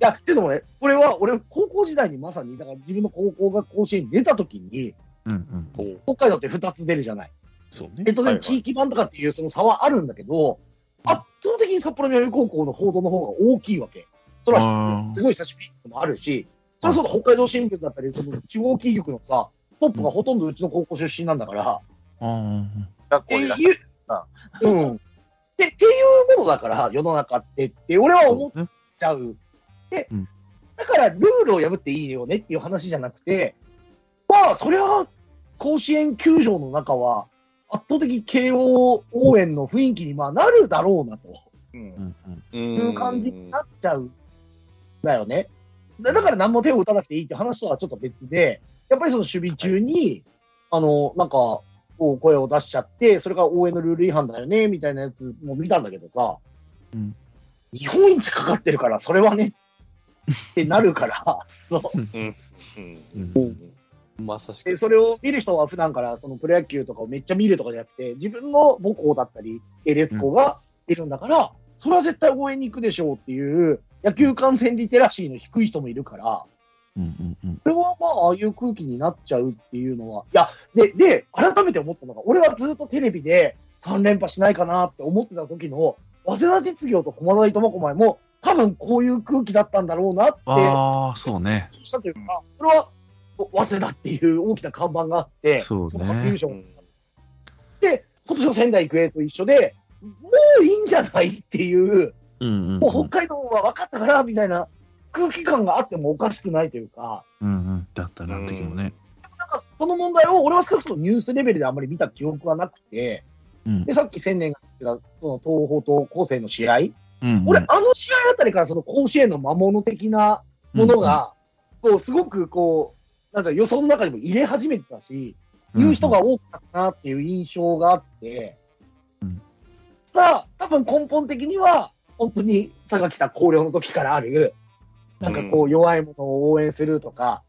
や、っていうのもね、これは俺、高校時代にまさに、だから自分の高校が甲子園に出たときに、うんうん。おう北海道って2つ出るじゃない。そうね。えっとはねいは、い地域版とかっていうその差はあるんだけど、圧倒的に札幌南高校の報道の方が大きいわけ。それはあーすごい久しぶりってのもあるし、それこそ北海道新聞だったり、その地方キー局のさ、トップがほとんどうちの高校出身なんだから、あー学って校いにう、うん。で、っていうものだから、世の中ってって、俺は思っそうねちゃう。でうん、だからルールを破っていいよねっていう話じゃなくて、まあ、そりゃ、甲子園球場の中は、圧倒的慶応応援の雰囲気にまあなるだろうなとうんうんうんいいう感じになっちゃうだよね。だだから何も手を打たなくていいって話とはちょっと別で、やっぱりその守備中に、あの、なんか、こう声を出しちゃって、それから応援のルール違反だよね、みたいなやつも見たんだけどさ、うん日本一かかってるから、それはね、ってなるから、うんまさしでく。それを見る人は普段からそのプロ野球とかをめっちゃ見るとかじゃなくて、自分の母校だったり、系列校がいるんだから、それは絶対応援に行くでしょうっていう、野球観戦リテラシーの低い人もいるから、うんうん。それはまあ、ああいう空気になっちゃうっていうのは、いや、で、で、改めて思ったのが、俺はずっとテレビで3連覇しないかなって思ってた時の、早稲田実業と駒大苫小牧も、多分こういう空気だったんだろうなって、ああ、そうね。したというか、それは、お早稲田っていう大きな看板があって、そうねの初優勝うんで、今年の仙台育英と一緒で、もういいんじゃないっていう、うんうん。もう北海道は分かったからみたいな空気感があってもおかしくないというか、うんうん。だったな、あの時もね。なんかその問題を俺は少なくともニュースレベルであまり見た記憶はなくて、うんで、。さっき千年が言ってた、その東邦と高生の試合、うんうん俺、あの試合あたりからその甲子園の魔物的なものが、こう、すごくこう、なんだろう予想の中にも入れ始めてたし、言う人が多かったなっていう印象があって、うんただ、多分根本的には、本当に佐賀北高陵の時からある、なんかこう、弱いものを応援するとか、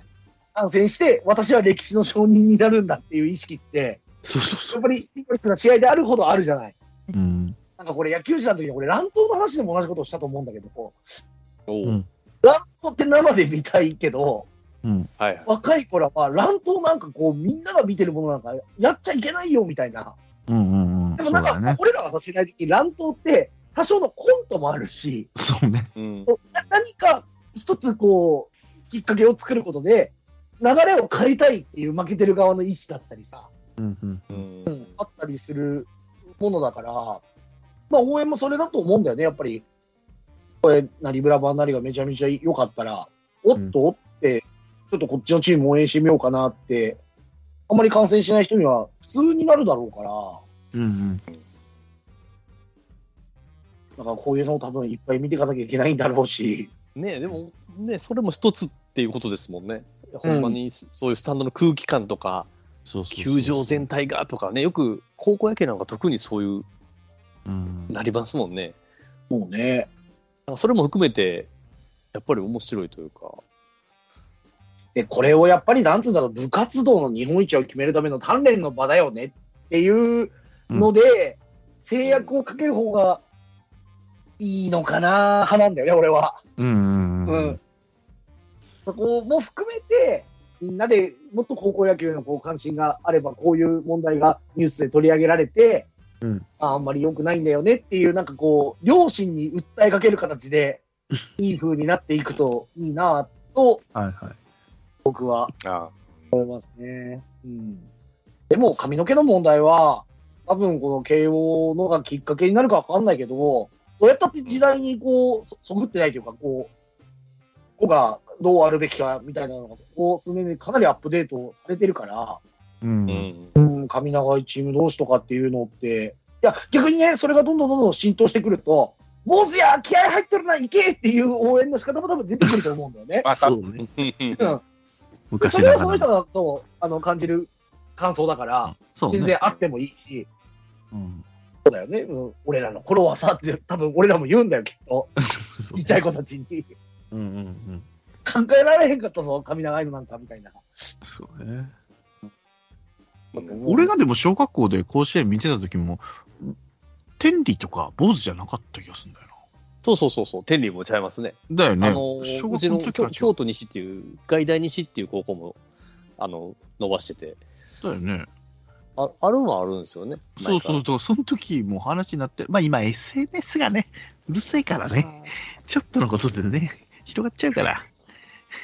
こう、参戦して、私は歴史の承認になるんだっていう意識って、そうそうそやっうぱり、スポな試合であるほどあるじゃない。うん。なんかこれ野球時代の時に俺乱闘の話でも同じことをしたと思うんだけど、うおうん乱闘って生で見たいけど、うん。はいはい。若い頃は乱闘なんかこうみんなが見てるものなんかやっちゃいけないよみたいな。うんうんうん。でもそうなんだかね。俺らはさ世代的に乱闘って多少のコントもあるし、そうね。うんな何か一つこうきっかけを作ることで流れを変えたいっていう負けてる側の意思だったりさ、うんうん。うんあったりするものだから、まあ応援もそれだと思うんだよね、やっぱり。これ、なりブラバンなりがめちゃめちゃ良かったら、おっとって、ちょっとこっちのチーム応援してみようかなって、あんまり感染しない人には普通になるだろうから、うんうん。だからこういうのを多分いっぱい見ていかなきゃいけないんだろうし、ねでも、ねそれも一つっていうことですもんね。ほんまにそそういうスタンドの空気感とか、そうそう。球場全体がとかね、よく高校野球なんか特にそういう、うん。なりますもんね。もうね、なんかそれも含めて、やっぱり面白いというか。で、これをやっぱりなんつうんだろう、部活動の日本一を決めるための鍛錬の場だよねっていうので、制約をかける方がいいのかな派なんだよね、俺は。うんうんううんん。。そこも含めて、みんなでもっと高校野球のこう関心があれば、こういう問題がニュースで取り上げられて、うんああんまり良くないんだよねっていう、なんかこう、両親に訴えかける形で、いい風になっていくといいなとはいはい。僕はあ思いますね。うん、でも髪の毛の問題は、多分この慶応のがきっかけになるかわかんないけど、どうやったって時代にこうそそぐってないというか、こう、子がどうあるべきかみたいなのが、ここ数年でかなりアップデートされてるから、う。うんん。うん、髪長いチーム同士とかっていうのって、いや、逆にね、それがどんどんどんどん浸透してくると、坊主や気合入ってるな、いけっていう応援の仕方も多分出てくると思うんだよ ね。まあそうね。 うん昔それなはがそらの人の。がそうあの感じる感想だから、そうね。全然あってもいいし、うん。そうだよね、うん俺らの頃はさって、多分俺らも言うんだよ、きっ と、そうちっちゃい子たちに。うんうんうん。考えられへんかったぞ、髪長いのなんかみたいな。そうね。俺俺がでも小学校で甲子園見てた時も、天理とか坊主じゃなかった気がするんだよそうそうそうそう、天理もちゃいますね。だよね。あの、小う学ち校のの時から京違う京都西っていう、外大西っていう高校も、あの、伸ばしてて、だよね。ああるはあるんですよね。そうそうそう、その時も話になって、まあ今 SNS がね、うるせえからね、ちょっとのことでね、広がっちゃうから、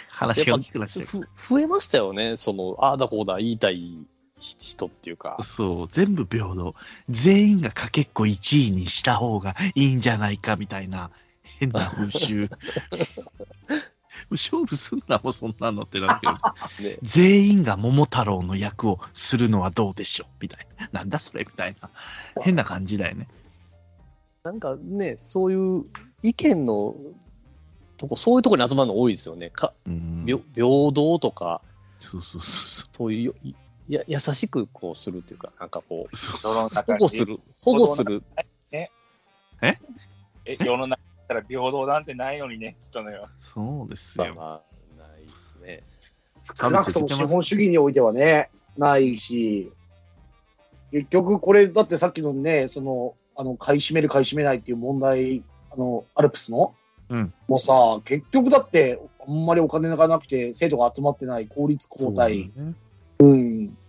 話が大きくなっちゃ前うから。ふ増えましたよね、その、ああだこうだ言いたい人っていうか。そう、全部平等。全員がかけっこ1位にした方がいいんじゃないかみたいな変な風 習。勝負すんなもんそんなのってなるけど、ね、全員が桃太郎の役をするのはどうでしょうみたいな。なんだそれみたいな。変な感じだよね。なんかね、そういう意見のとこ、そういうとこに集まるの多いですよね。かうん平平等とか、そうそうそうそういうよいや優しくこうするっていうか、なんかこう、そう。世の中保に護する、保護するえ世の中だったら平等なんてないのにね、人のよ。そうですまあよ。まあ、ないですね。少なくとも資本主義においてはね、ないし、結局これ、だってさっきのね、その、あの、買い占める、買い占めないっていう問題、あの、アルプスの、うんもうさ、結局だって、あんまりお金がなくて、生徒が集まってない、公立交代、そうだね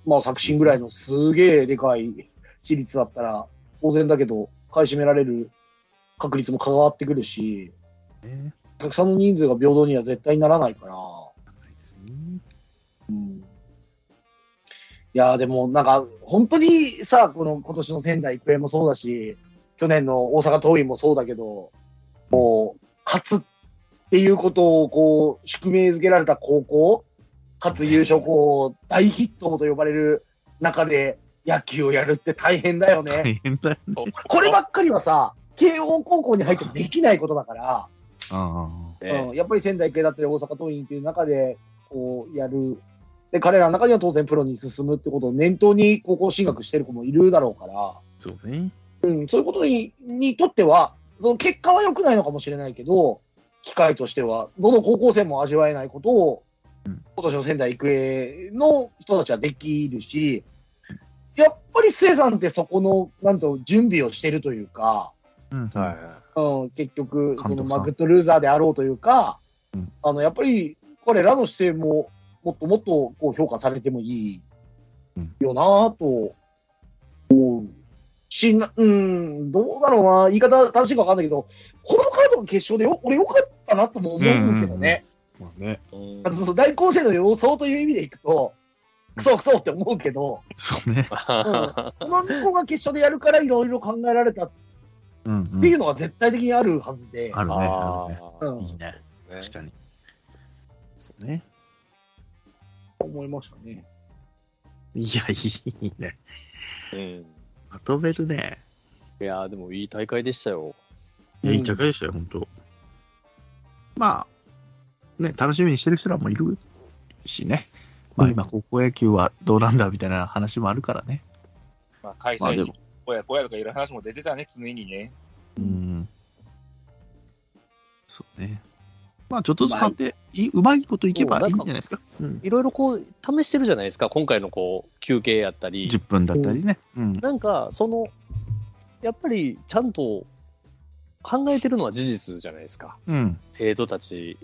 まあ、作新ぐらいのすげえでかい私立だったら、当然だけど、買い占められる確率も関わってくるし、ねたくさんの人数が平等には絶対にならないから、ないですねいやーでもなんか、本当にさ、この今年の仙台育英もそうだし、去年の大阪桐蔭もそうだけど、もう、勝つっていうことをこう、宿命づけられた高校、かつ優勝校、大筆頭と呼ばれる中で野球をやるって大変だよね。大変だよ。 こればっかりはさ、慶応高校に入ってもできないことだから、ああねうん、やっぱり仙台育英だったり大阪桐蔭っていう中でこうやるで彼らの中には当然プロに進むってことを念頭に高校進学してる子もいるだろうから、そう ね。うん、そういうことににとってはその結果は良くないのかもしれないけど機会としてはどの高校生も味わえないことを今年の仙台育英の人たちはできるしやっぱり末さんってそこのなんと準備をしてるというか。うん。はい。うん、結局監督、さそんのマグットルーザーであろうというか、あのやっぱり彼らの姿勢ももっともっとこう評価されてもいうんいよなぁと思うしな、うん、どうだろうな、言い方正しいか分かんないけど、このカードが決勝でよ俺よかったなとも思うけどね、まあね。うんあのそうそう大甲子園の予想という意味でいくと、クソクソって思うけ ど、そうね。この2校が決勝でやるからいろいろ考えられたっうん、うていん。うのは絶対的にあるはずで。あるね。ああるねうーんいいね。そうです確ねかに。そうね。思いましたね。いや、いいね。うんまとめるね。いやーでもいい大会でしたよ。いや、いい高いでしたよ、本当。まあ、ね、楽しみにしてる人らもいるしね。まあ今、高校野球はどうなんだみたいな話もあるからね。まあ、開まあ催で地も、、こやこやとかいろいろ話も出てたね、常にね。うん。そうね。まあちょっとずつ買って、いいうまいこといけばいいんじゃないですか。うん。いろいろこう、試してるじゃないですか、今回のこう、休憩やったり。 10分だったりね。うん。なんか、その、やっぱりちゃんと考えてるのは事実じゃないですか。うん。生徒たち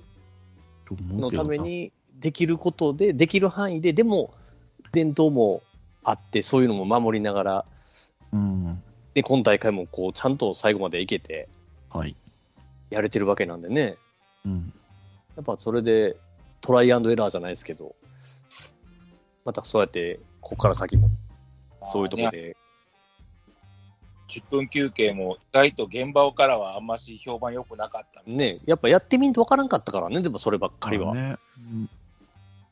と思うのけどたなめにできることで、できる範囲で、でも、伝統もあって、そういうのも守りながら、うん。で、今大会もこう、ちゃんと最後までいけて、はい。やれてるわけなんでね。うん。やっぱそれでトライアンドエラーじゃないですけど、またそうやって、ここから先も、そういうところで。で、 10分休憩も、意外と現場からはあんまし評判良くなかった。ね、やっぱやってみんとわからんかったからね、でもそればっかりは。ね。うん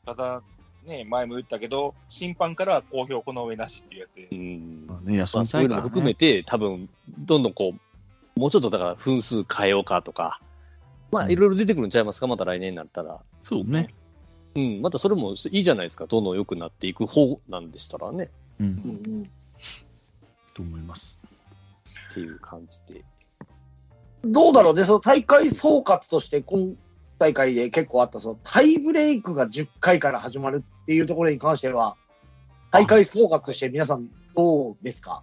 ただ、ね、前も言ったけど、審判からは好評この上なしって言われうて、んまあね、休まあ、みそたういいうからのね。も含めて、多分どんどんこう、もうちょっとだから分数変えようかとか、まうあ、んいろいろ出てくるんちゃいますか、また来年になったら。そうね。うん、またそれもいいじゃないですか、どんどん良くなっていく方なんでしたらね、うん。うんと思います。っていう感じで。どうだろうね、その大会総括として、今大会で結構あったそのタイブレイクが10回から始まるっていうところに関しては、大会総括として皆さん、どうですか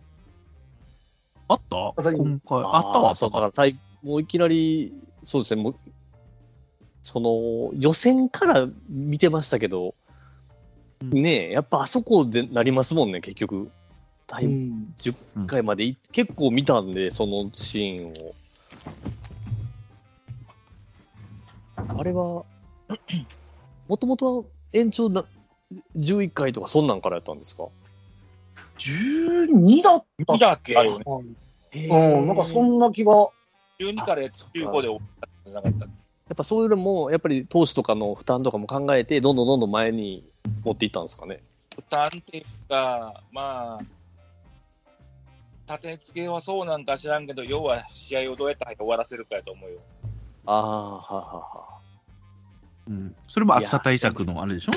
あったまさに今回。あったわ、そうとだかか。ら大、もういきなり、そうですね、もう、その、予選から見てましたけど、うんねえ、やっぱあそこでなりますもんね、結局。タイうムん10回までい、結構見たんで、そのシーンを。あれは、 もともとは延長な11回とかそんなんからやったんですか12だったっだっけたよね。うん、なんかそんな気が。 12からやって15で終わったんじゃなかったっやっぱそういうのも、やっぱり投資とかの負担とかも考えて、どんどんどんどん前に持っていったんですかね。け。負担っていうか、まあ、立て付けはそうなんか知らんけど、要は試合をどうやって早く終わらせるかやと思うよ。ああ、はあはあはうん。それも暑さ対策のあれでしょ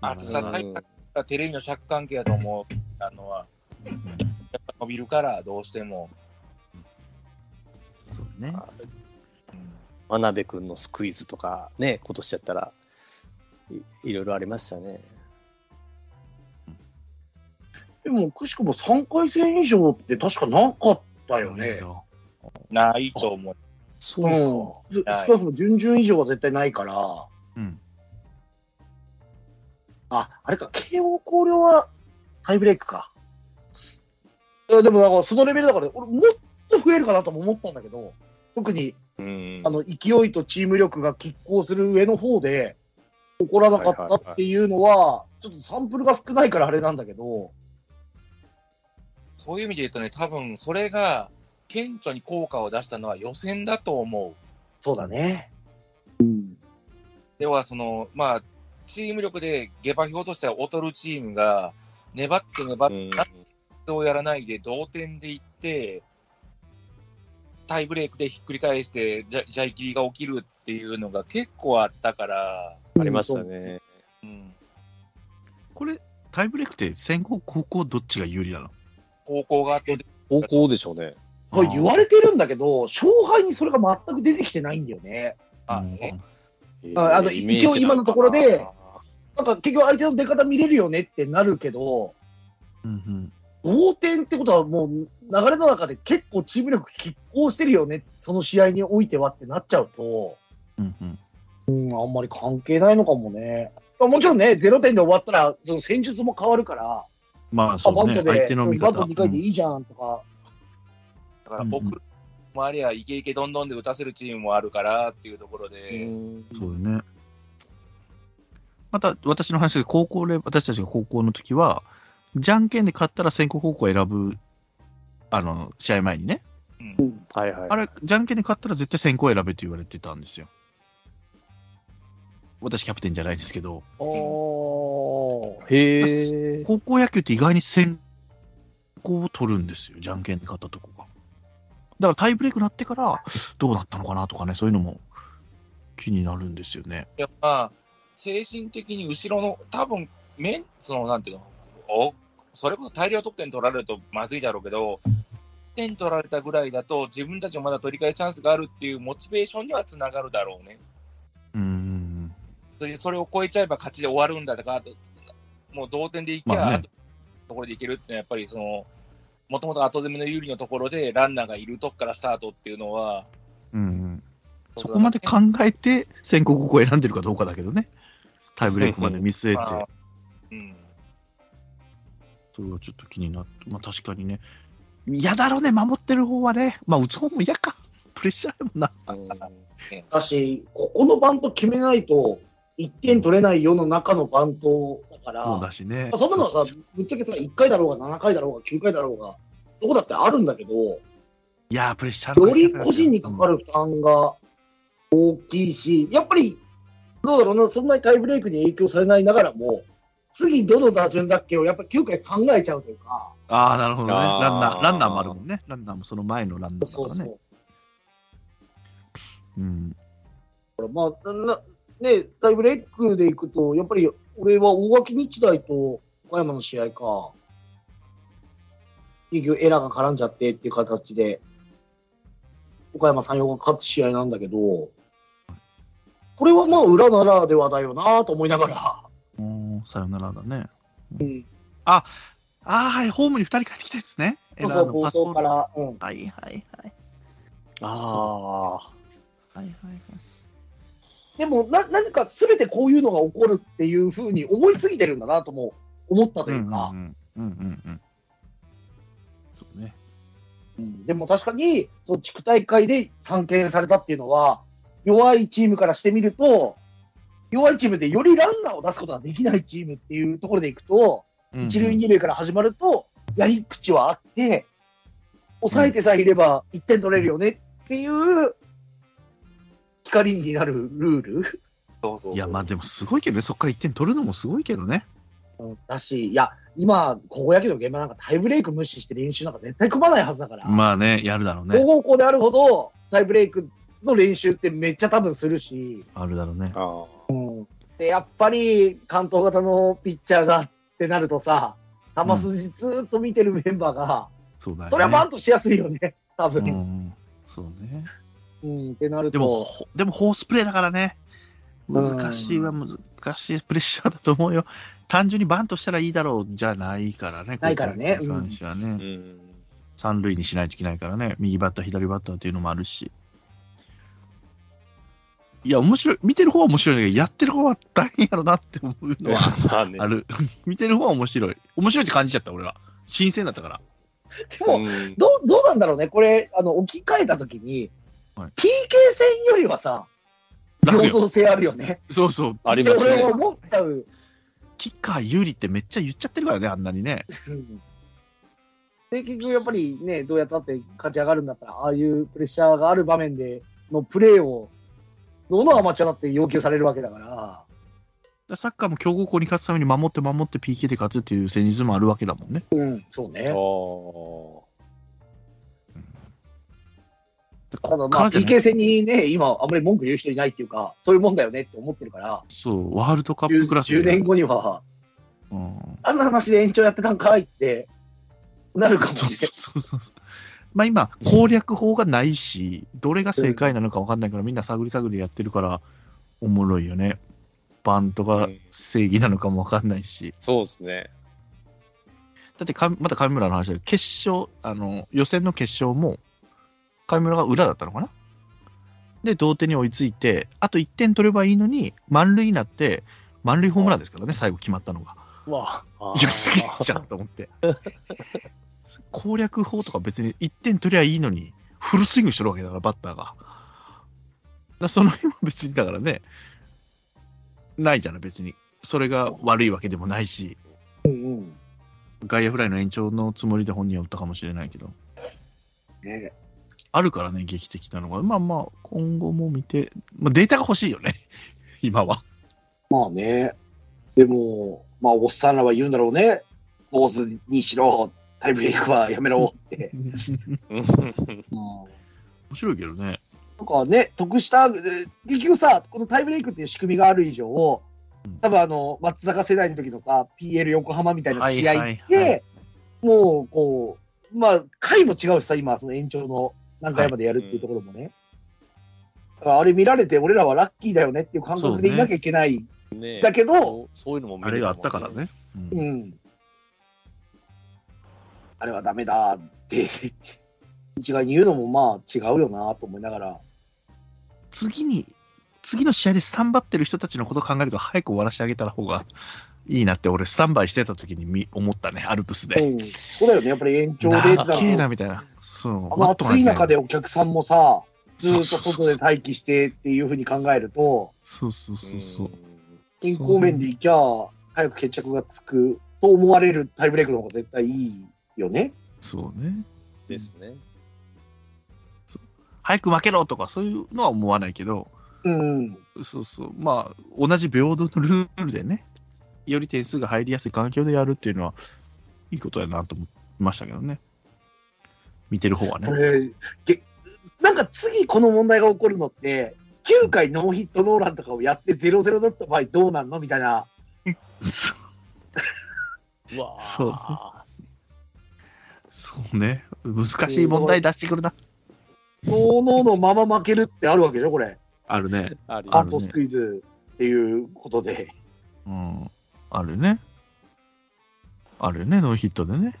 あ。暑さ対策がテレビの尺関係やと思う。あのは、やっぱ伸びるから、どうしても。そうね。うん真鍋君のスクイズとか、ね、今年やったらい、いろいろありましたね。でも、くしくも3回戦以上って確かなかったよね。ないと思う。そうか。ん。ず少はないくとも準々以上は絶対ないから。うん。あ、あれか、慶応広陵はタイブレイクか。いやでも、なんかそのレベルだから、俺、もっと増えるかなとも思ったんだけど、特にうん。あの勢いとチーム力が拮抗する上の方で、起こらなかったっていうのは、ちょっとサンプルが少ないからあれなんだけど、そういう意味で言うとね、多分それが顕著に効果を出したのは予選だと思う。そうだね。では、その、まあ、チーム力で下馬評としては劣るチームが、粘って粘っうてん、をやらないで同点でいって、タイブレイクでひっくり返して、じゃジャイキリが起きるっていうのが結構あったから、ありましたね。うん、これ、タイブレイクって先攻、後攻どっちが有利なの高校が後で、高校でしょうね。これ言われてるんだけど、勝敗にそれが全く出てきてないんだよね。あうんえああのえーイメージな一応今のところでかなんか結局相手の出方見れるよねってなるけど、うんうん。同点ってことはもう流れの中で結構チーム力拮抗してるよね、その試合においてはってなっちゃうと、うんううん。ん、あんまり関係ないのかもね。もちろんね、0点で終わったら、その戦術も変わるから、まあ、そあバうントね。で、相手の味バン方。ト2回でいいじゃんとか、だからうんうん送るもありゃ、イケイケどんどんで打たせるチームもあるからっていうところうで、んうんそうだね。また、私の話で、高校で、私たちが高校の時は、じゃんけんで勝ったら先攻、後攻を選ぶ、あの、試合前にね。うんはいはい。あれ、じゃんけんで勝ったら絶対先攻を選べと言われてたんですよ。私、キャプテンじゃないですけど、おーへえ。高校野球って意外に先攻を取るんですよ、じゃんけんで勝ったとこが。だからタイブレイクになってから、どうなったのかなとかね、そういうのも気になるんですよね。やっぱ、精神的に後ろの、多分メンそのなんていうのお、それこそ大量得点取られるとまずいだろうけど、点取られたぐらいだと、自分たちもまだ取り返すチャンスがあるっていうモチベーションにはつながるだろうね。うん。それそれを超えちゃえば勝ちで終わるんだとか、あともう同点でいけば、まあねあとところでいけるってのは、やっぱりその、もともと後攻めの有利のところでランナーがいるとこからスタートっていうのは、うんうんそこまで考えて、先行ここを選んでるかどうかだけどね、タイブレイクまで見据ええて、うん、それはちょっと気になって、まあ確かにね、嫌だろうね、守ってる方はね、まあ打つ方も嫌か、プレッシャーやもんな。うんだし、ここのバント決めないと、1点取れない世の中のバントだから、そうだしね。そんなのはさ、ぶっちゃけさ、1回だろうが、7回だろうが、9回だろうが、どこだってあるんだけど、いやー、プレッシャーのよかけり方個人にかかる負担が大きいし、やっぱり、どうだろうな、そんなにタイブレイクに影響されないながらも、次どの打順だっけをやっぱり9回考えちゃうというか、ああ、なるほどね。あーランナー、ランナーもあるもんね。ランナーもその前のランナーだそうからね。そう。うん。まあ、なね、タイブレイクでいくと、やっぱり俺は大垣日大と岡山の試合か、結局エラーが絡んじゃってっていう形で、岡山山陽が勝つ試合なんだけど、これはまあ裏ならではだよなと思いながら、おーさよならだね。あ、あーはい、ホームに2人帰ってきたやつね。エそうラそーうの構パスボ想ーかル。ら、うん、はいはいはい。ああ。はいはいはい。でもな、何か全てこういうのが起こるっていうふうに思いすぎてるんだなとも思ったというか、んうんうんうん。そうね。うんでも確かに、その地区大会で参見されたっていうのは、弱いチームからしてみると、弱いチームでよりランナーを出すことができないチームっていうところでいくと、一塁二塁から始まると、やり口はあって、抑えてさえいれば1点取れるよねっていう、光になるルールそうそうそういや、まあでもすごいけどね、そこから1点取るのもすごいけどね。だし、いや、今、高校野球の現場なんかタイブレイク無視して練習なんか絶対組まないはずだから、まあね、やるだろう強ね。豪校であるほど、タイブレイクの練習ってめっちゃ多分するし、あるだろうね。あでやっぱり関東型のピッチャーがってなるとさ、球筋ずーっと見てるメンバーが、そうだよね。それはバントしやすいよね、多う分。ん。そうね。うん、ってなるでも、と、ほでもホースプレーだからね。うん難しいは難しいプレッシャーだと思うよ。単純にバントしたらいいだろうじゃないからね。ないからねここに関してはねあ。うん。三塁にしないといけないからね、右バッター、左バッターというのもあるし。いや、面白い、見てる方は面白いんだけど、やってる方は大変やろなって思うのは まあねあ。る。 見てる方は面白い。面白いって感じちゃった、俺は。新鮮だったから。でもうんどうどうなんだろうね、これ、あの置き換えたときに、は PK い戦よりはさ、楽平よ。等性あるよね。そうそう。ありでます俺ね。思っちゃう。キッカー有利ってめっちゃ言っちゃってるからね、あんなにね。うんで、結局やっぱりね、どうやったって勝ち上がるんだったら、ああいうプレッシャーがある場面でのプレーを、どのアマチュアだって要求されるわけだから、だからサッカーも強豪校に勝つために守って守って PK で勝つっていう戦術もあるわけだもんね。うん、そうあね。ーたでだこっまかあ、らじゃない PK 戦にね、今、あんまり文句言う人いないっていうか、そういうもんだよねって思ってるから、そう、ワールドカップ 10, クラス10年後には、うんあんな話で延長やってたんかいって、なるかもねそうそうそうそう。まあ今、攻略法がないし、どれが正解なのか分かんないから、みんな探り探りやってるから、おもろいよね。バントが正義なのかも分かんないし。そうですね。だってか、また上村の話だけど、決勝、あの、予選の決勝も、上村が裏だったのかなで、同点に追いついて、あと1点取ればいいのに、満塁になって、満塁ホームランですからね、最後決まったのが。うわあいーや、すげえじゃんと思って。攻略法とか別に1点取りゃいいのに、フルスイングしてるわけだから、バッターが。だからその辺も別に、だからね、ないじゃない、別に。それが悪いわけでもないし、うんうん。外野フライの延長のつもりで本人は打ったかもしれないけど、ねあるからね、劇的なのが。まあまあ、今後も見て、まあ、データが欲しいよね、今は。まあね。でも、 まあ、おっさんらは言うんだろうね。坊主にしろ、タイブレイクはやめろって。面うん白いけどね。とかね、得した、えー結局さ、このタイブレイクっていう仕組みがある以上、多分あの、松坂世代の時のさ、PL 横浜みたいな試合って、はいはいはいもう、こう、まあ、回も違うしさ、今、その延長の何回までやるっていうところもね。だからあれ見られて、俺らはラッキーだよねっていう感覚でいなきゃいけない。ねえだけどそうそういうのも見あれれるがあのもったから。ね。うんうん。あれはダメだって、 一概に言うのもまあ違うよなと思いながら、次に、次の試合でスタンバってる人たちのことを考えると、早く終わらせてあげた方がいいなって、俺、スタンバイしてた時にみ思ったね、アルプスうで。ん、そうだよね、やっぱり延長でなっけえあな、みたいな。そう。の暑い中で待っお客さんもさ、ずとーかなっきゃと外で待機してっていうふうに考えると、そうそううそんうそう。健康面でいきゃ、早く決着がつくと思われるタイブレイクの方が絶対いいよね。そうね。ですね。早く負けろとか、そういうのは思わないけど、うん。そうそう。まあ、同じ平等のルールでね、より点数が入りやすい環境でやるっていうのは、いいことやなと思いましたけどね。見てる方はねこ。れ、げなんか次この問題が起こるのって、9回ノーヒットノーランとかをやって0-0だった場合どうなんのみたいな。そううわーそうそうね。難しい問題出してくるな。ノーノーのまま負けるってあるわけでしょ、これ。あるね。ありアあーるトスクイズっていうことで。うん。あるね。あるよね、ノーヒットでね。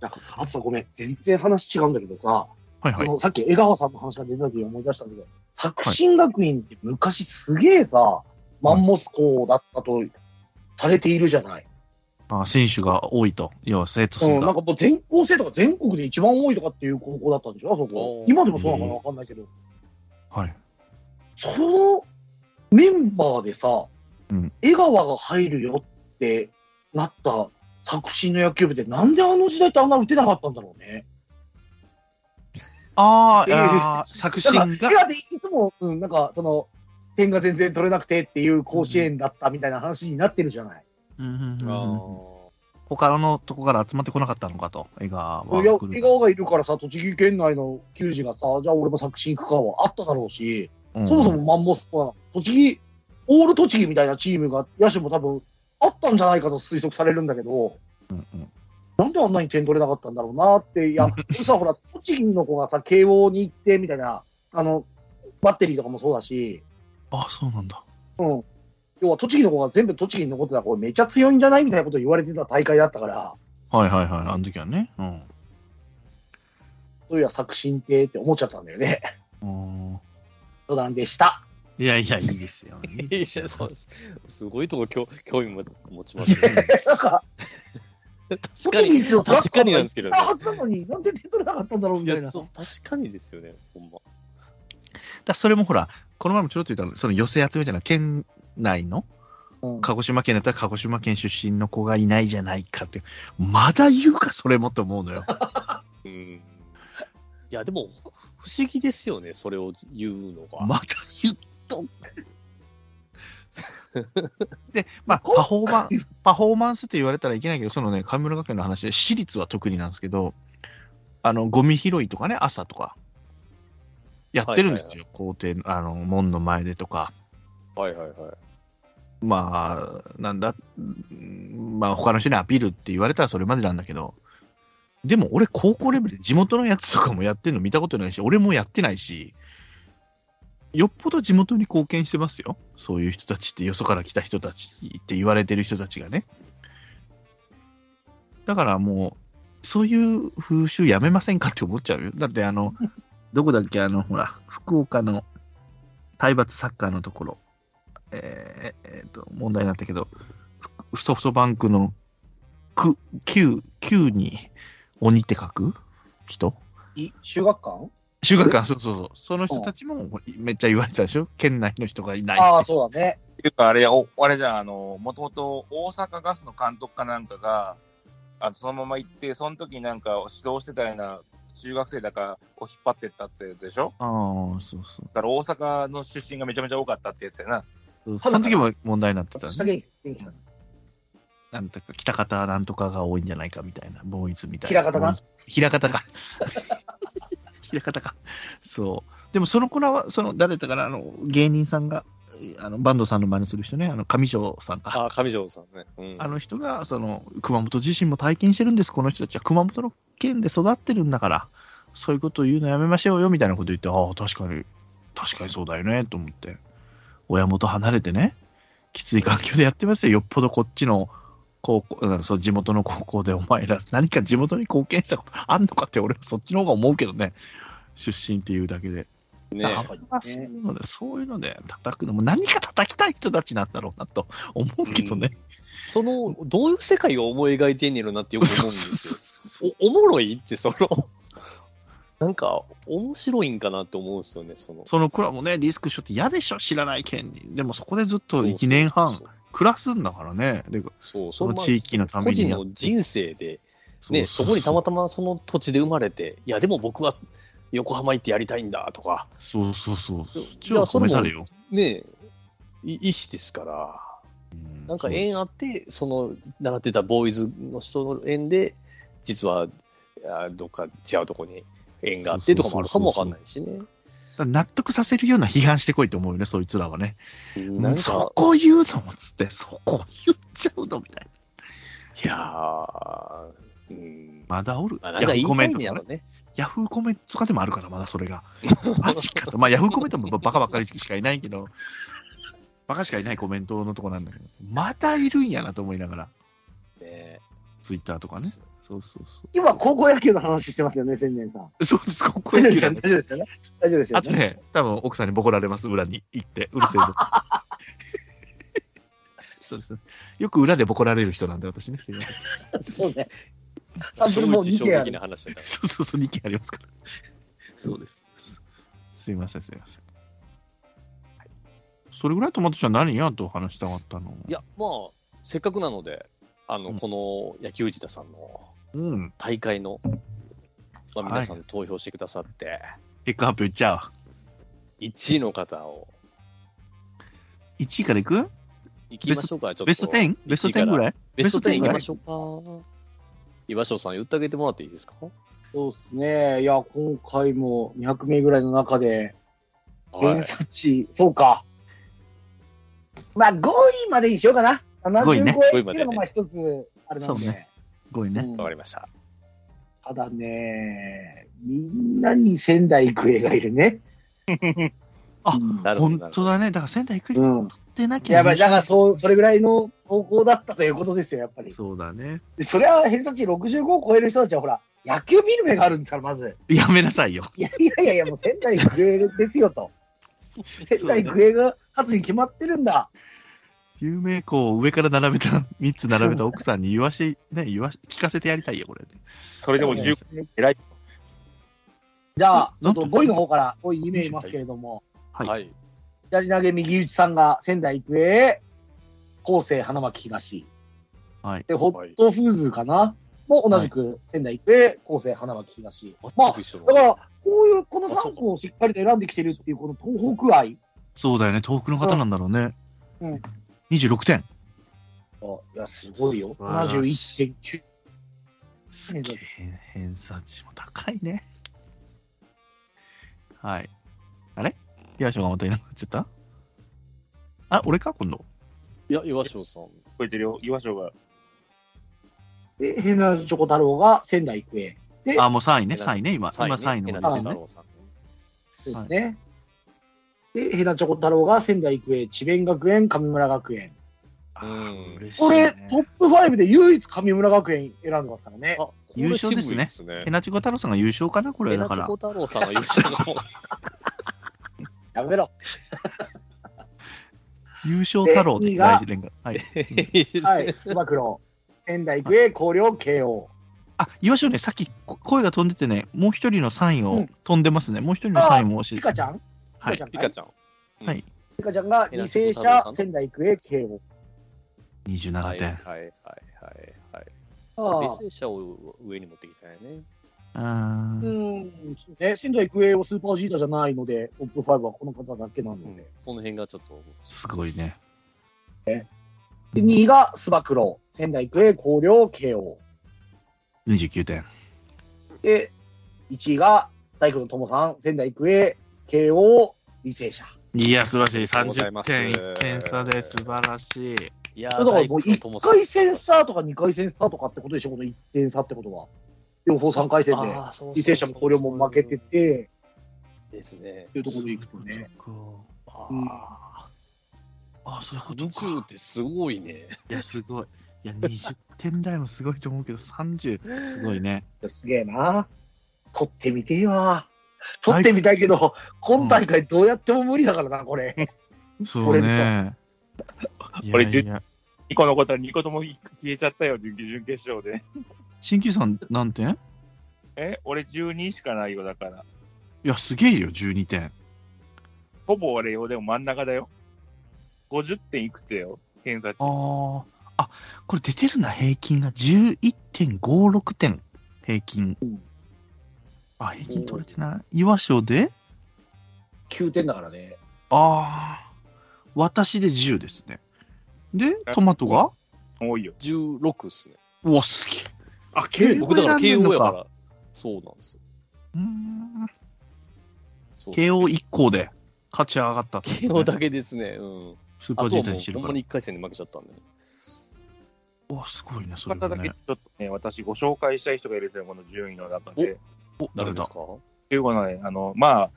なんかあとさ、ごめん、全然話違うんだけどさ、はいそはい。のさっき江川さんの話が出た時に思い出したんですけど、作新学院って昔すげえさ、マンモス校だったとされているじゃない。あ選手が多いと。要は生う徒数ん、なんが。かもう全校生徒が全国で一番多いとかっていう高校だったんでしょ、あそこお。ー今でもそうなのかなわかんないけど、はい。そのメンバーでさ、うん江川が入るよってなった作新の野球部で、なんであの時代ってあんな打てなかったんだろうね。あえーあ、作なん新か、が江。川でいつも、うん、なんかその、点が全然取れなくてっていう甲子園だったみたいな話になってるじゃない。うんうんあうんー他のとこから集まってこなかったのかと。江川は。いや江川がいるからさ、栃木県内の球児がさ、じゃあ俺も作新行くかはあっただろうし。うんそもそもマンモスは、栃木、オール栃木みたいなチームが、野手も多分あったんじゃないかと推測されるんだけど、うんうんなんであんなに点取れなかったんだろうなって、 いや、さ、ほら、栃木の子がさ、慶応に行ってみたいな、あの、バッテリーとかもそうだし、あそうなんだ。うん。要は栃木の子が全部栃木に残ってたら、これめちゃ強いんじゃないみたいなこと言われてた大会だったから、はいはいはい。あの時はね。うん。そういや、作新亭って思っちゃったんだよね。 うん余談でした。いやいや、いいですよ。いいいですよ や、そうです。すごいとこ興興味も持ちますね。なんか、確か栃に、木一の確かになんですけどねはずなのに、なんで点取れなかったんだろういみたいや、な。そう、確かにですよね、ほんま。だからそれもほら、この前もちょろっと言ったのその寄せ集めじゃない、県内の、うん鹿児島県だったら鹿児島県出身の子がいないじゃないかって、まだ言うか、それもと思う のよ。うん。いや、でも、ふ不思議ですよね、それを言うのが。まだ言っとん で、まあ、こうパフォーマンス、パフォーマンスって言われたらいけないけど、そのね、神村学園の話で、私立は特になんですけど、あの、ゴミ拾いとかね、朝とか、やってるんですよ。校庭の、あの、門の前でとか。はいはいはい。まあ、なんだ、うんまあ、他の人にアピールって言われたらそれまでなんだけど、でも俺、高校レベルで地元のやつとかもやってるの見たことないし、俺もやってないし、よっぽど地元に貢献してますよ。そういう人たちって、よそから来た人たちって言われてる人たちがね。だからもう、そういう風習やめませんかって思っちゃうよ。だって、あの、どこだっけ、あの、ほら、福岡の体罰サッカーのところ、えーえーと、問題になったけど、ふソフトバンクのく Q, Q に鬼って書く人い修学館修学館、そうそうそう。その人たちもめっちゃ言われてたでしょ県内の人がいないって。ああ、そうだね。っていうか、あれや、おあれじゃんあの、もともと大阪ガスの監督かなんかが、あのそのまま行って、その時になんか指導してたような中学生だかを引っ張ってったってやつでしょあーそうそうだから大阪の出身がめちゃめちゃ多かったってやつやな。そう。その時も問題になってた私だね。け元気だねなんとか、北方なんとかが多いんじゃないかみたいな、ボーイズみたいな。平方な。平方 か。平方か。そう。でもその子らは、その誰だから、あの、芸人さんが、あの、バンドさんの真似する人ね、あの、上条さんか。あ、上条さんね。うん。あの人が、その、熊本自身も体験してるんです、この人たちは。熊本の県で育ってるんだから、そういうことを言うのやめましょうよ、みたいなこと言って、ああ、確かに、確かにそうだよね、と思って。親元離れてね、きつい環境でやってますよ。よっぽどこっちの高校、うんそう、地元の高校でお前ら何か地元に貢献したことあんのかって、俺はそっちの方が思うけどね。出身っていうだけで。ね確かにあそういうので、そういうので叩くのも何か叩きたい人たちなんだろうなと思うけどね。その、どういう世界を思い描いてんねやろなってよく思うんですよ。おおもろいって、その、 なんか、面白いんかなって思うんですよね、その。その子らもね、リスクしょって嫌でしょ、知らない県に。でもそこでずっと1年半暮らすんだからね。で、そそう、そのの地域のために個人の人生で、ね、そこにたまたまその土地で生まれて、いや、でも僕は横浜行ってやりたいんだとか、そうそうそう。いやちょっとそ褒れめもたれよ。ねえ、い意思ですから、なんか縁あって、その習ってたボーイズの人の縁で、実はあどっか違うとこに縁があってとかもあるかもわかんないしね。だから納得させるような批判してこいと思うよね、そいつらはね。なんそか、こ言うのもつって、そこ言っちゃうのみたいな。いやー、うん、まだおる。まあ、なんか言いコたメいントんとやかねろ。ね。ヤフーコメントとかでもあるから、まだそれ が。マジかと。まあ、ヤフーコメントもバカばっかりしかいないけど、バカしかいないコメントのとこなんだけど、またいるんやなと思いながら、ねツイッターとかね。そうそうそ今、高校野球の話してますよね、千年さん。う。 そうです、高校大丈夫野で球すなよね大丈んで。夫ですよね。大丈夫ですよ あとね。ね、多分奥さんにボコられます、裏に行 って。うるせえぞ。そうですね。よく裏でボコられる人なんで、私ね。すいません。そうね。サンプルもう衝撃2衝件あ撃なる。話だっ た。そうそうそう、2件ありますから。そうです。すすいません、すいません。それぐらいトマトちゃん何やと話したかったのいや、まあ、せっかくなので、あの、うんこの野球児田さんのうん。大会の、まあ、はい皆さんで投票してくださって、結果発表いっちゃう。 1位の方を1位からいく行きましょうか、ちょっと。ベスト 10? ベスト10ぐいらいベストベス10ト10行きましょうか。岩翔さん、言ってあげてもらっていいですかそうですね。いや、今回も200名ぐらいの中で、はい偏。差値、そうか。まあ、5位までにしようかな。五位ね75位って五位まいでうのねがまあ一つあれなんそうで。ね5位ね。うんわかりました。ただね、みんなに仙台育英がいるね。 あうんなるほど本当だね。だから仙台育英取うん。ってなきゃやばい、だからそう、それぐらいの高校だったということですよ、やっぱり。そうだね。でそれは偏差値65を超える人たちは、ほら、野球見る目があるんですから、まず。やめなさいよ。いやいやいやいや、もう仙台育英ですよと。仙台育英が勝つに決まってるんだ。有名校を上から並べた、3つ並べた奥さんに言わし、ね、言わし、聞かせてやりたいよ、これ。それでもそう10ですね偉い。じゃあ、ちょなっんとと5位の方から、5位2名いますけれども、はいはい。左投げ右打ちさんが仙台育英、後世花巻東。はいで、ホットフーズかなも同じく仙台育英、後世花巻東。ま全あく、一緒のだから、こういう、このあそう3個をしっかりと選んできてるっていう、この東北愛。そうだよね。東北の方なんだろうね。うん。 26点。いや、すごいよ。素晴らし71.9。すげえ偏差値も高いね。はい。あれ東野がまたいなくなっちゃったあ、俺か今度。いや、岩翔さん。超えてるよ、岩翔が。で、ヘナチョコ太郎が仙台育英あ、もう3位ね、3位ね、今。三今位3位のね方稲だけどね。田太郎さんですね。で、ヘナチョコ太郎が仙台育英、智弁学園、神村学園。あうんー嬉しいこれ、ねトップ5で唯一神村学園選んでますからねあ。これ優勝ですね渋いでヘナチョコ太郎さんが優勝かなこれ、江だ田からチョコ。太郎さんが優勝の方やめろ。優勝太郎で、で二位が来年が。はい。はい、つば九郎。仙台育英、広陵、慶応。あ、岩城ね、さっきこ声が飛んでてね、もう一人の3位うをん飛んでますね。もう一人の3位もピ教えて。カちゃんはピカいちゃんピかカいちゃん。はいピカちゃんが履正ヘナチョコ太郎者さ、ん仙台育英、慶応。 27はいはい点。はいはいはい。ああ履正社を上に持ってきたよね。あうーん、そうね。仙台育英はスーパージータじゃないので、トップ5はこの方だけなので。この辺がちょっと。すごいね。で、2位がスバクロー、仙台育英、広陵、慶応。 29点。で、1位が大工の友さん、仙台育英、慶応、履正社。いや、素晴らしい。ありがとうござい30ます点、1点差で素晴らしい。いやだからもう1回戦ー差とか2回戦差とかってことでしょ、この1点差ってことは。両方3回戦で、ああそうそ履うそう正社も広陵も負けてて、ですねっ。ていうところでいくとね。そあうんあ。っか。あ、そういうこと30か。ってすごいね。いや、すごい。いや、20点台もすごいと思うけど、30、すごいね。すげえな。取ってみてえわ。取ってみたいけど、今大会どうやっても無理だからな、これ。そうね。これいやいや2個のことは2個とも消えちゃったよ、準準決勝で。新旧さん何点え、俺12しかないよ、だから。いや、すげえよ、12点。ほぼ俺よ、でも真ん中だよ。50点いくつよ、偏差値。ああ。あ、これ出てるな、平均が。11.56点、平均。あ、平均取れてない。岩賞で9点だからね。ああ。私で10ですね。で、トマトが多いよ。 16っすね。うわ、すげえ。あ、僕だから慶選んでん応のやから。そうなんですようーんそう。慶応1校で勝ち上がったってことね、慶応だけですね。うん。スーパーあとジーはタもにしてう、るほんかまら。に1回戦で負けちゃったんでね。うわ、すごいね、それ方はだけちねょ。っとね、私ご紹介したい人がいるんですよ、この順位の中で。お、誰誰でだすかということで、あの、まあ、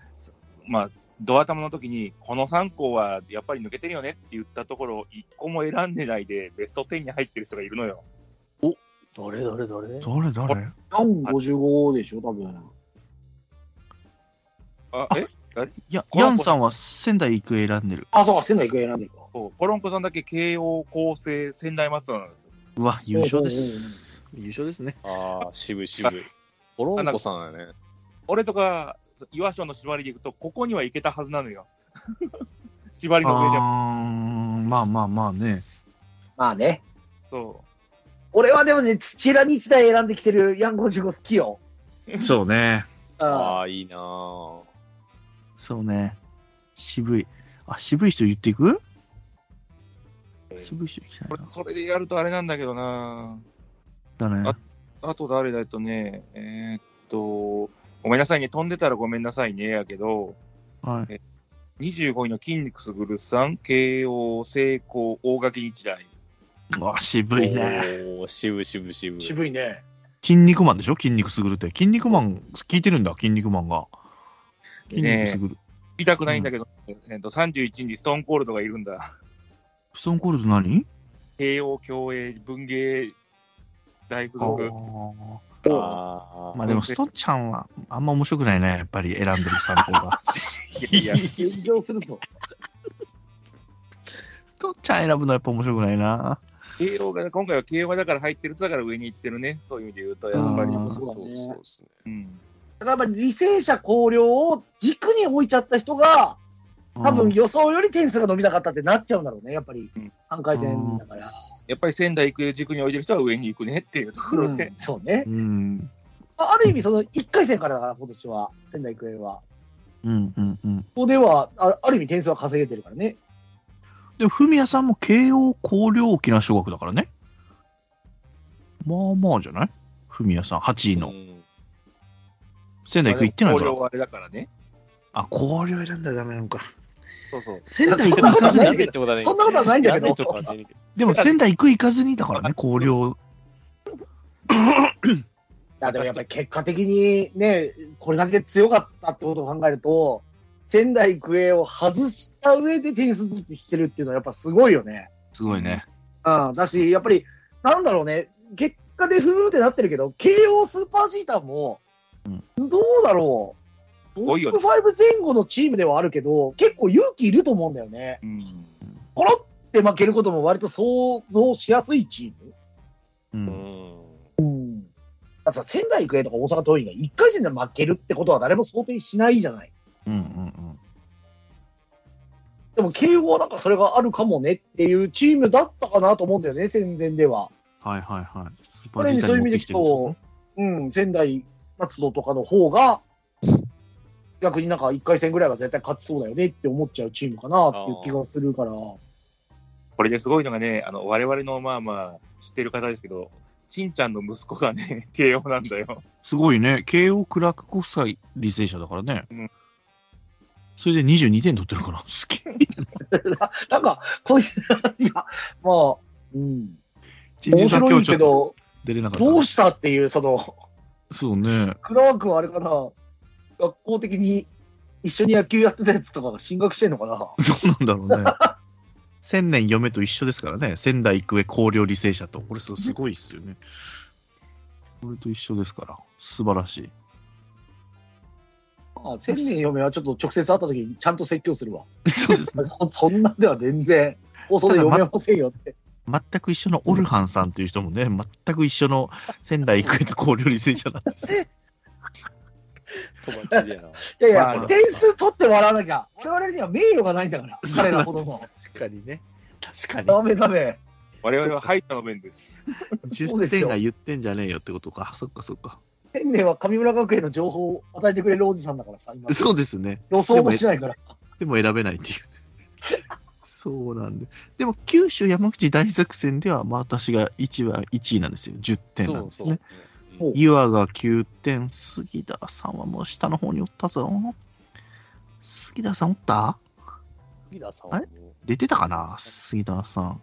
まあ、ドア玉の時に、この3校はやっぱり抜けてるよねって言ったところ、1個も選んでないで、ベスト10に入ってる人がいるのよ。どれどれどれ誰誰ダウン55でしょ、多分。あ、えいや、コロヤンンコさんは仙台育英選んでる。あ、そうか、仙台育英選んでるか。そうポロンコさんだけ慶応、高生、仙台松戸なんですよ。うわ、優勝です。優勝ですね。ああ、渋い渋い。コロンコさんだね。俺とか、岩所の縛りで行くと、ここには行けたはずなのよ。 縛りあーの上でも。まあまあまあね。まあね。そ俺はでもね、土浦日大選んできてるヤン55好きよ。そうね。あああ、いいなぁ。そうね。渋い。あ、渋い人言っていく渋い人行きたいうな。。それでやるとあれなんだけどなだね。あと誰だえっとね、えーっと、ごめんなさいね、飛んでたらごめんなさいね、やけど、はい。 25位の筋肉すぐるさん、慶応、成功、大垣日大。うわ、渋いね。おー渋い渋い渋い。渋いね。筋肉マンでしょ筋肉すぐるって。筋肉マン、聞いてるんだ、筋肉マンが。筋肉すぐる。言いたくないんだけど、えーっと、31位にストーンコールドがいるんだ。ストーンコールド何慶応、共栄、文芸大附あ属。ーあーまあでも、ストンちゃんはあんま面白くないね、やっぱり選んでる参考 が。いやいや、炎上するぞ。ストンちゃん選ぶのやっぱ面白くないな。慶応が、今回は慶応がだから入ってると、だから上に行ってるね。そういう意味で言うと、やっぱり。あーそうだそうねそうですね。うん。だからやっぱ履正社広陵を軸に置いちゃった人が、多分予想より点数が伸びなかったってなっちゃうんだろうね、やっぱりうん。 3回戦だから。やっぱり仙台育英軸に置いてる人は上に行くねっていうとこうろんで。そうねう。ん。あある意味、その1回戦からだから、今年は、仙台育英は。うんうんうん。ここでは、あある意味点数は稼げてるからね。でも、フミヤさんも慶応広陵沖縄小学だからね。まあまあじゃないフミヤさん、8位うの。ん仙台行く行ってないかまあでらも。広陵はあれだからね。あ、広陵選んだらダメなのか。そうそう。仙台行そんくな行ことかなずにい。やめってことはねそんなことはないんだけどやめとかはねでも仙台行く行かずにだから ね、広陵。いやでもやっぱり結果的にね、これだけ強かったってことを考えると、仙台育英を外した上で点数取ってきてるっていうのはやっぱすごいよね。すごいね。うん、だし、やっぱり、なんだろうね、結果でふーんってなってるけど、慶応スーパージーターも、どうだろう、トごいよッねプ5前後のチームではあるけど、結構勇気いると思うんだよね。うん。コロって負けることも割と想像しやすいチーム。う。うんん。だからさ仙台育英とか大阪桐蔭が1回戦で負けるってことは誰も想定しないじゃない。うんうんでも慶応はなんかそれがあるかもねっていうチームだったかなと思うんだよね、戦前では。うん。はいはいはい。スーパある意味そういう意味でいくと、うん、仙台松戸とかの方が、逆になんか1回戦ぐらいは絶対勝ちそうだよねって思っちゃうチームかなっていう気がするから。これですごいのがね、あの、我々のまあまあ知ってる方ですけど、しんちゃんの息子がね、 慶応なんだよ。すごいね。慶応クラーク国際履正社だからね。うんそれで22点取ってるから。すげえ。なんか、こういう話が、まあ、うん、陳面さん白いけ今日ちょっとど、出れなかった。どうしたっていう、その、そうね。クラークはあれかな、学校的に一緒に野球やってたやつとかが進学してんのかな。どうなんだろう ね。千年嫁と一緒ですからね。仙台育英高陵履正社と。これすすごいっすよね。これと一緒ですから。素晴 らしい。あ千年嫁はちょっと直接会った時にちゃんと説教するわ。そうですね。 そそんなんでは全然、放送で読めませんよって。全く一緒のオルハンさんという人もね、全く一緒の仙台育英と高陵履正社なんです。とばっちりやな。いやいや、まあ点数取って笑わなきゃ、我々には名誉がないんだ から、 彼らほどの。確かにね。確かダメダメ。我々は敗者の面です。に。そうで10すよ点が言ってんじゃねえよってことか。そっかそっか。千年は神村学園の情報を与えてくれるおじさんだからさ、今。そうですね。予想もしないから。でも選べないっていう。そうなんで。でも、九州山口大作戦では、まあ、私が1は1位なんですよ。10点なそんうですそうね。。うんう湯和が9点、杉田さんはもう下の方におったぞ。杉田さんおったリーダーさんはもう出てたかな杉田さん。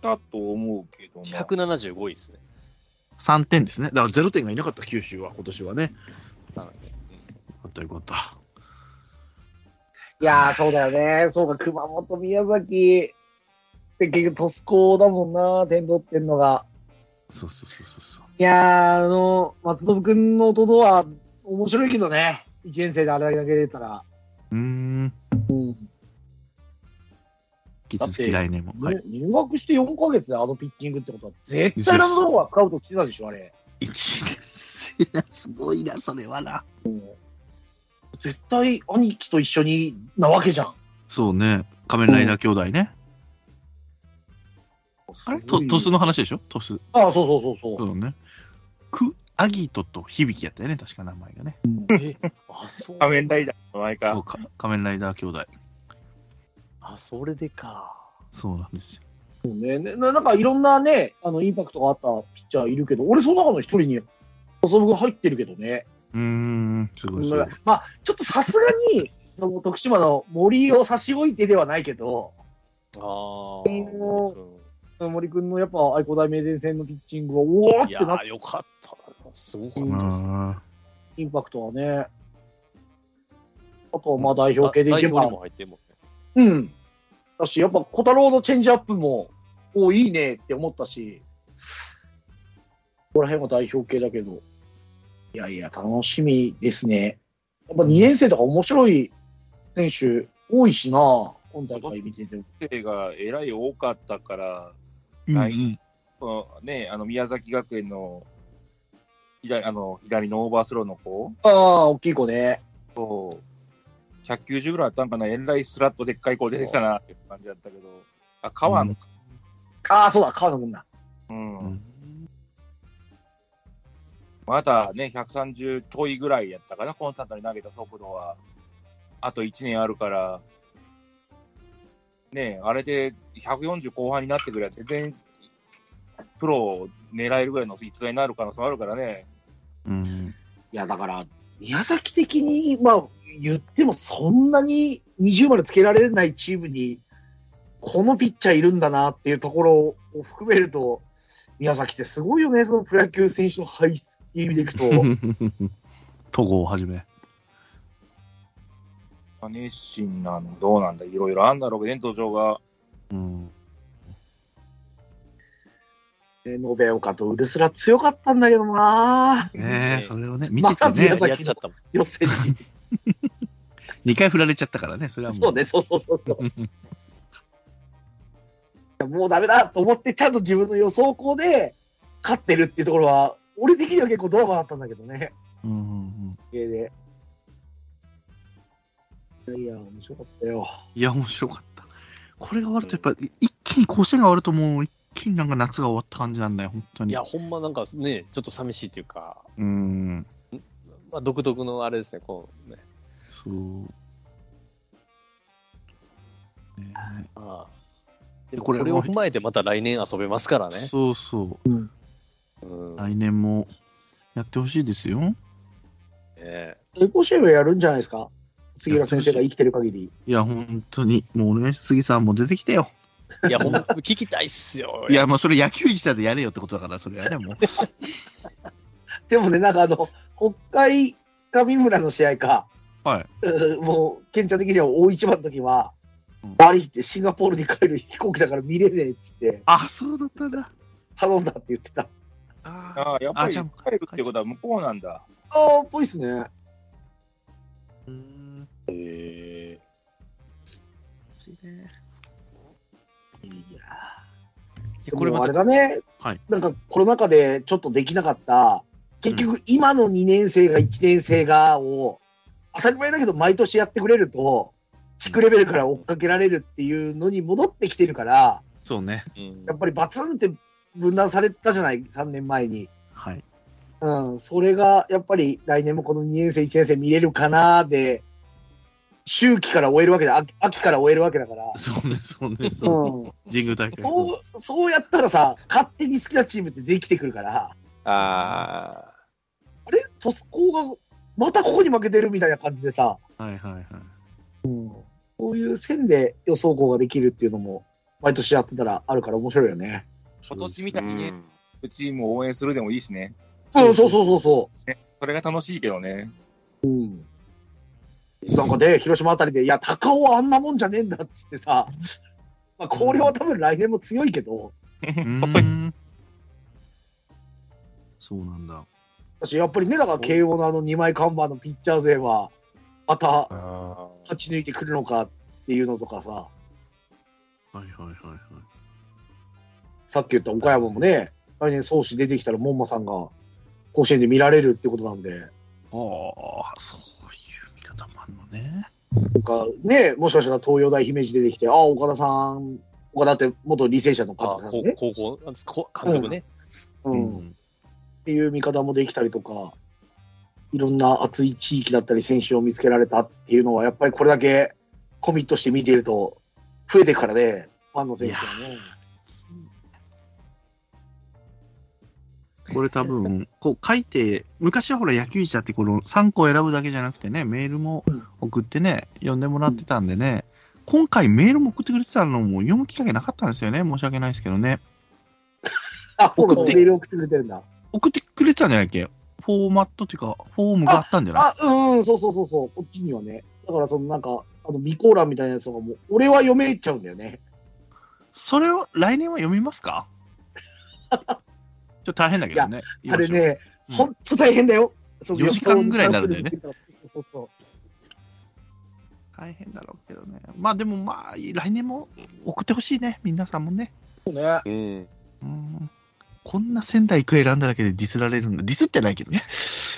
だと思うけどな。 175位ですね。 3点ですね。だから0点がいなかった、九州は、今年はね。なのでよかったよかった。いやー、そうだよね。そうか、熊本、宮崎、で、結局、トスコだもんな、点取ってんのが。そうそうそうそうそう。いやー、あの、松信くんの弟は面白いけどね。1年生であれだけ投げれたら。うーん。引き続き来年も。はい。入学して4ヶ月であのピッチングってことは、絶対ラムの方がスカウト来てたでしょ、あれ。 1年生な、 すごいな、それはな。絶対兄貴と一緒になわけじゃん。そうね。仮面ライダー兄弟ね。あれとトトスの話でしょトス。ああ、そうそうそうそう。そうだね。く、アギトと響きやったよね、確か名前がね。あ、そう。仮面ライダーの前そかう。か、仮面ライダー兄弟。あ、それでか。そうなんですよ。ねねななんかいろんなね、あのインパクトがあったピッチャーいるけど、俺、その中の一人に、細部が入ってるけどね、うーん、すごいすごい。まあまあ、ちょっとさすがに、その徳島の森を差し置いてではないけど、ああ。ん森君のやっぱ愛工大名電戦のピッチングは、おおっいてやなっー、よかったな。すごかうったですね。んインパクトはね、あとはまあ代表系でいけ代表ばに、も入ってるもんね。うん、だし、やっぱ小太郎のチェンジアップも、おいいねって思ったし、ここら辺は代表系だけど、いやいや、楽しみですね。やっぱ2年生とか面白い選手多いしな、今大会見てても。生がえらい多かったから、うんはいこのね、あの宮崎学園の左あの左のオーバースローの子、ああ、大きい子ね。 190ぐらいあったんかな、えらいスラッとでっかい子出てきたなって感じだったけど、あ川野か、ああ、そうだ、川野君だ。うんうんまだね、130ちょいぐらいやったかな、コンスタントに投げた速度は。あと1年あるから、ねえあれで140後半になってくれば、全然プロを狙えるぐらいの逸材になる可能性もあるからね。うん。いや、だから、宮崎的に、まあ、言ってもそんなに20までつけられないチームに、このピッチャーいるんだなっていうところを含めると、宮崎ってすごいよね、そのプロ野球選手の輩出っていう意味でいくと。戸郷をはじめ。熱心なのどうなんだ、いろいろあんだろうけどね、土壌が。うん。えー延岡とウルスラ強かったんだけどなねねえ、それをね、見てたまあ宮ね崎。のやっちゃったもん。予選に。 2回振られちゃったからね、それはもう。そうね、そうそうそうそう。いやもうダメだと思って、ちゃんと自分の予想校で勝ってるっていうところは、俺的には結構ドラマだったんだけどね。うんうん系で。いやいや、面白かったよ。うん。いや、面白かった。これが終わると、やっぱ、一気に甲子園が終わると、もう一気になんか夏が終わった感じなんだよ、本当に。いや、、ほんまなんかね、ちょっと寂しいっていうか、うん。まあ、独特のあれですね、こうね。そう。ねえああででここれれを踏まえてまた来年遊べますからね。そうそうう。んね来年もやってほしいですよ。え成功試合はやるんじゃないですか杉浦先生が生きてる限り。いや、本当に。もう、ね、杉さんも出てきてよ。いや、ほんま、聞きたいっすよ。いや、まあ、それ野球自体でやれよってことだから、それはね、もう。でもね、なんかあの、国会上村の試合か、はい。うんもう、健ちゃん的には大一番の時は、割りってシンガポールに帰る飛行機だから見れねえっつって、あ、そうだったんだ。頼んだって言ってた。あああ、やっぱありじゃ帰あるってことは向こうなんだ。ああ、っぽいっすね。ーうん。えいや、いやこれまあたれだね、はいなんかコロナ禍でちょっとできなかった、結局今の2年生が1年生がを、当たり前だけど毎年やってくれると、地区レベルから追っかけられるっていうのに戻ってきてるから、そうね。うんやっぱりバツンって分断されたじゃない、3年前に。はい。うん、それがやっぱり来年もこの2年生、1年生見れるかなで、秋季から終えるわけだ、秋秋から終えるわけだから。そうね、そうね、そう。うん、神宮大会。そうそうやったらさ、勝手に好きなチームってできてくるから。ああ。あれトスコがまたここに負けてるみたいな感じでさ、はいはいはい。そういう線で予想校ができるっていうのも、毎年やってたらあるから面白いよね。今年みたいにね、チームを応援するでもいいしね。そうそうそうそうそそれが楽しいけどね。う。うん。なんかで、広島あたりで、いや、高尾はあんなもんじゃねえんだっつってさ、まあ、広陵は多分来年も強いけど、うんそうなんだ。私やっぱりね、だから慶応のあの2枚看板のピッチャー勢は、またあ勝ち抜いてくるのかっていうのとかさ、はいはいはいはい。さっき言った岡山もね、来年、創始出てきたら、門馬さんが甲子園で見られるってことなんで、ああ、そういう見方もあるのね。なんかね、もしかしたら東洋大姫路出てきて、ああ、岡田さん、岡田って元履正社のあ方さん高ね、高校なんですこ監督ね、うん、っていう見方もできたりとか、いろんな熱い地域だったり、選手を見つけられたっていうのは、やっぱりこれだけコミットして見ていると、増えていくからね、ファンの選手はね。これ多分、こう書いて、昔はほら野球児だってこの3個選ぶだけじゃなくてね、メールも送ってね、読んでもらってたんでね、今回メールも送ってくれてたのも読むきっかけなかったんですよね。申し訳ないですけどね。あ、そうだ、送メってール送ってくれてるんだ。送ってくれてたんじゃないっけフォーマットっていうか、フォームがあったんじゃないあ、うん、そうそうそうそう、こっちにはね。だから、そのなんか、あの未公欄みたいなやつとかも、俺は読めちゃうんだよね。それを来年は読みま すかちょっと大変だけどね。あれね、うんほんと大変だよ。そ4時間ぐらいになるんだよね。予想に関するそうそう大変だろうけどね。まあでもまあ、来年も送ってほしいね、皆さんもね。そう。ね。うん、うんこんな仙台育英選んだだけでディスられるんだ。ディスってないけど ね。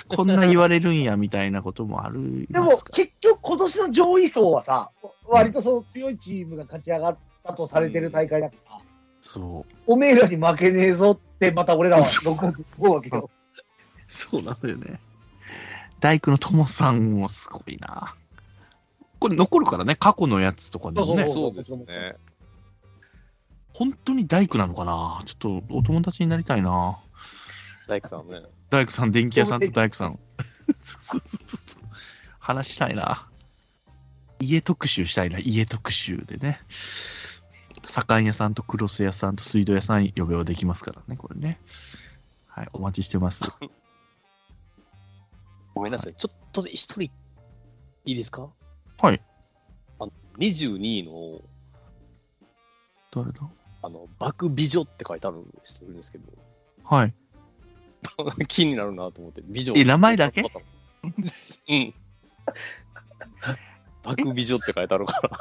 こんな言われるんや、みたいなこともあるでも、結局、今年の上位層はさ、割とその強いチームが勝ち上がったとされてる大会だから、そう。おめえらに負けねえぞって、また俺らは録音思うわけよ。そうなんだよね。大工のともさんもすごいな。これ残るからね、過去のやつとかでもそうね、そうですね本当に大工なのかなちょっとお友達になりたいな。大工さんね大工さん、電気屋さんと大工さん。 そうそうそうそう話したいな。家特集したいな、家特集でね。左官屋さんとクロス屋さんと水道屋さん呼べばできますからね、これね。はい、お待ちしてます。ごめんなさい、ちょっとで一人、いいですかはい。あの22位の、誰だあの、爆美女って書いてある人いるんですけど、はい。 気になるなと思って、美女。え名前だけ うん。爆美女って書いてあ るから、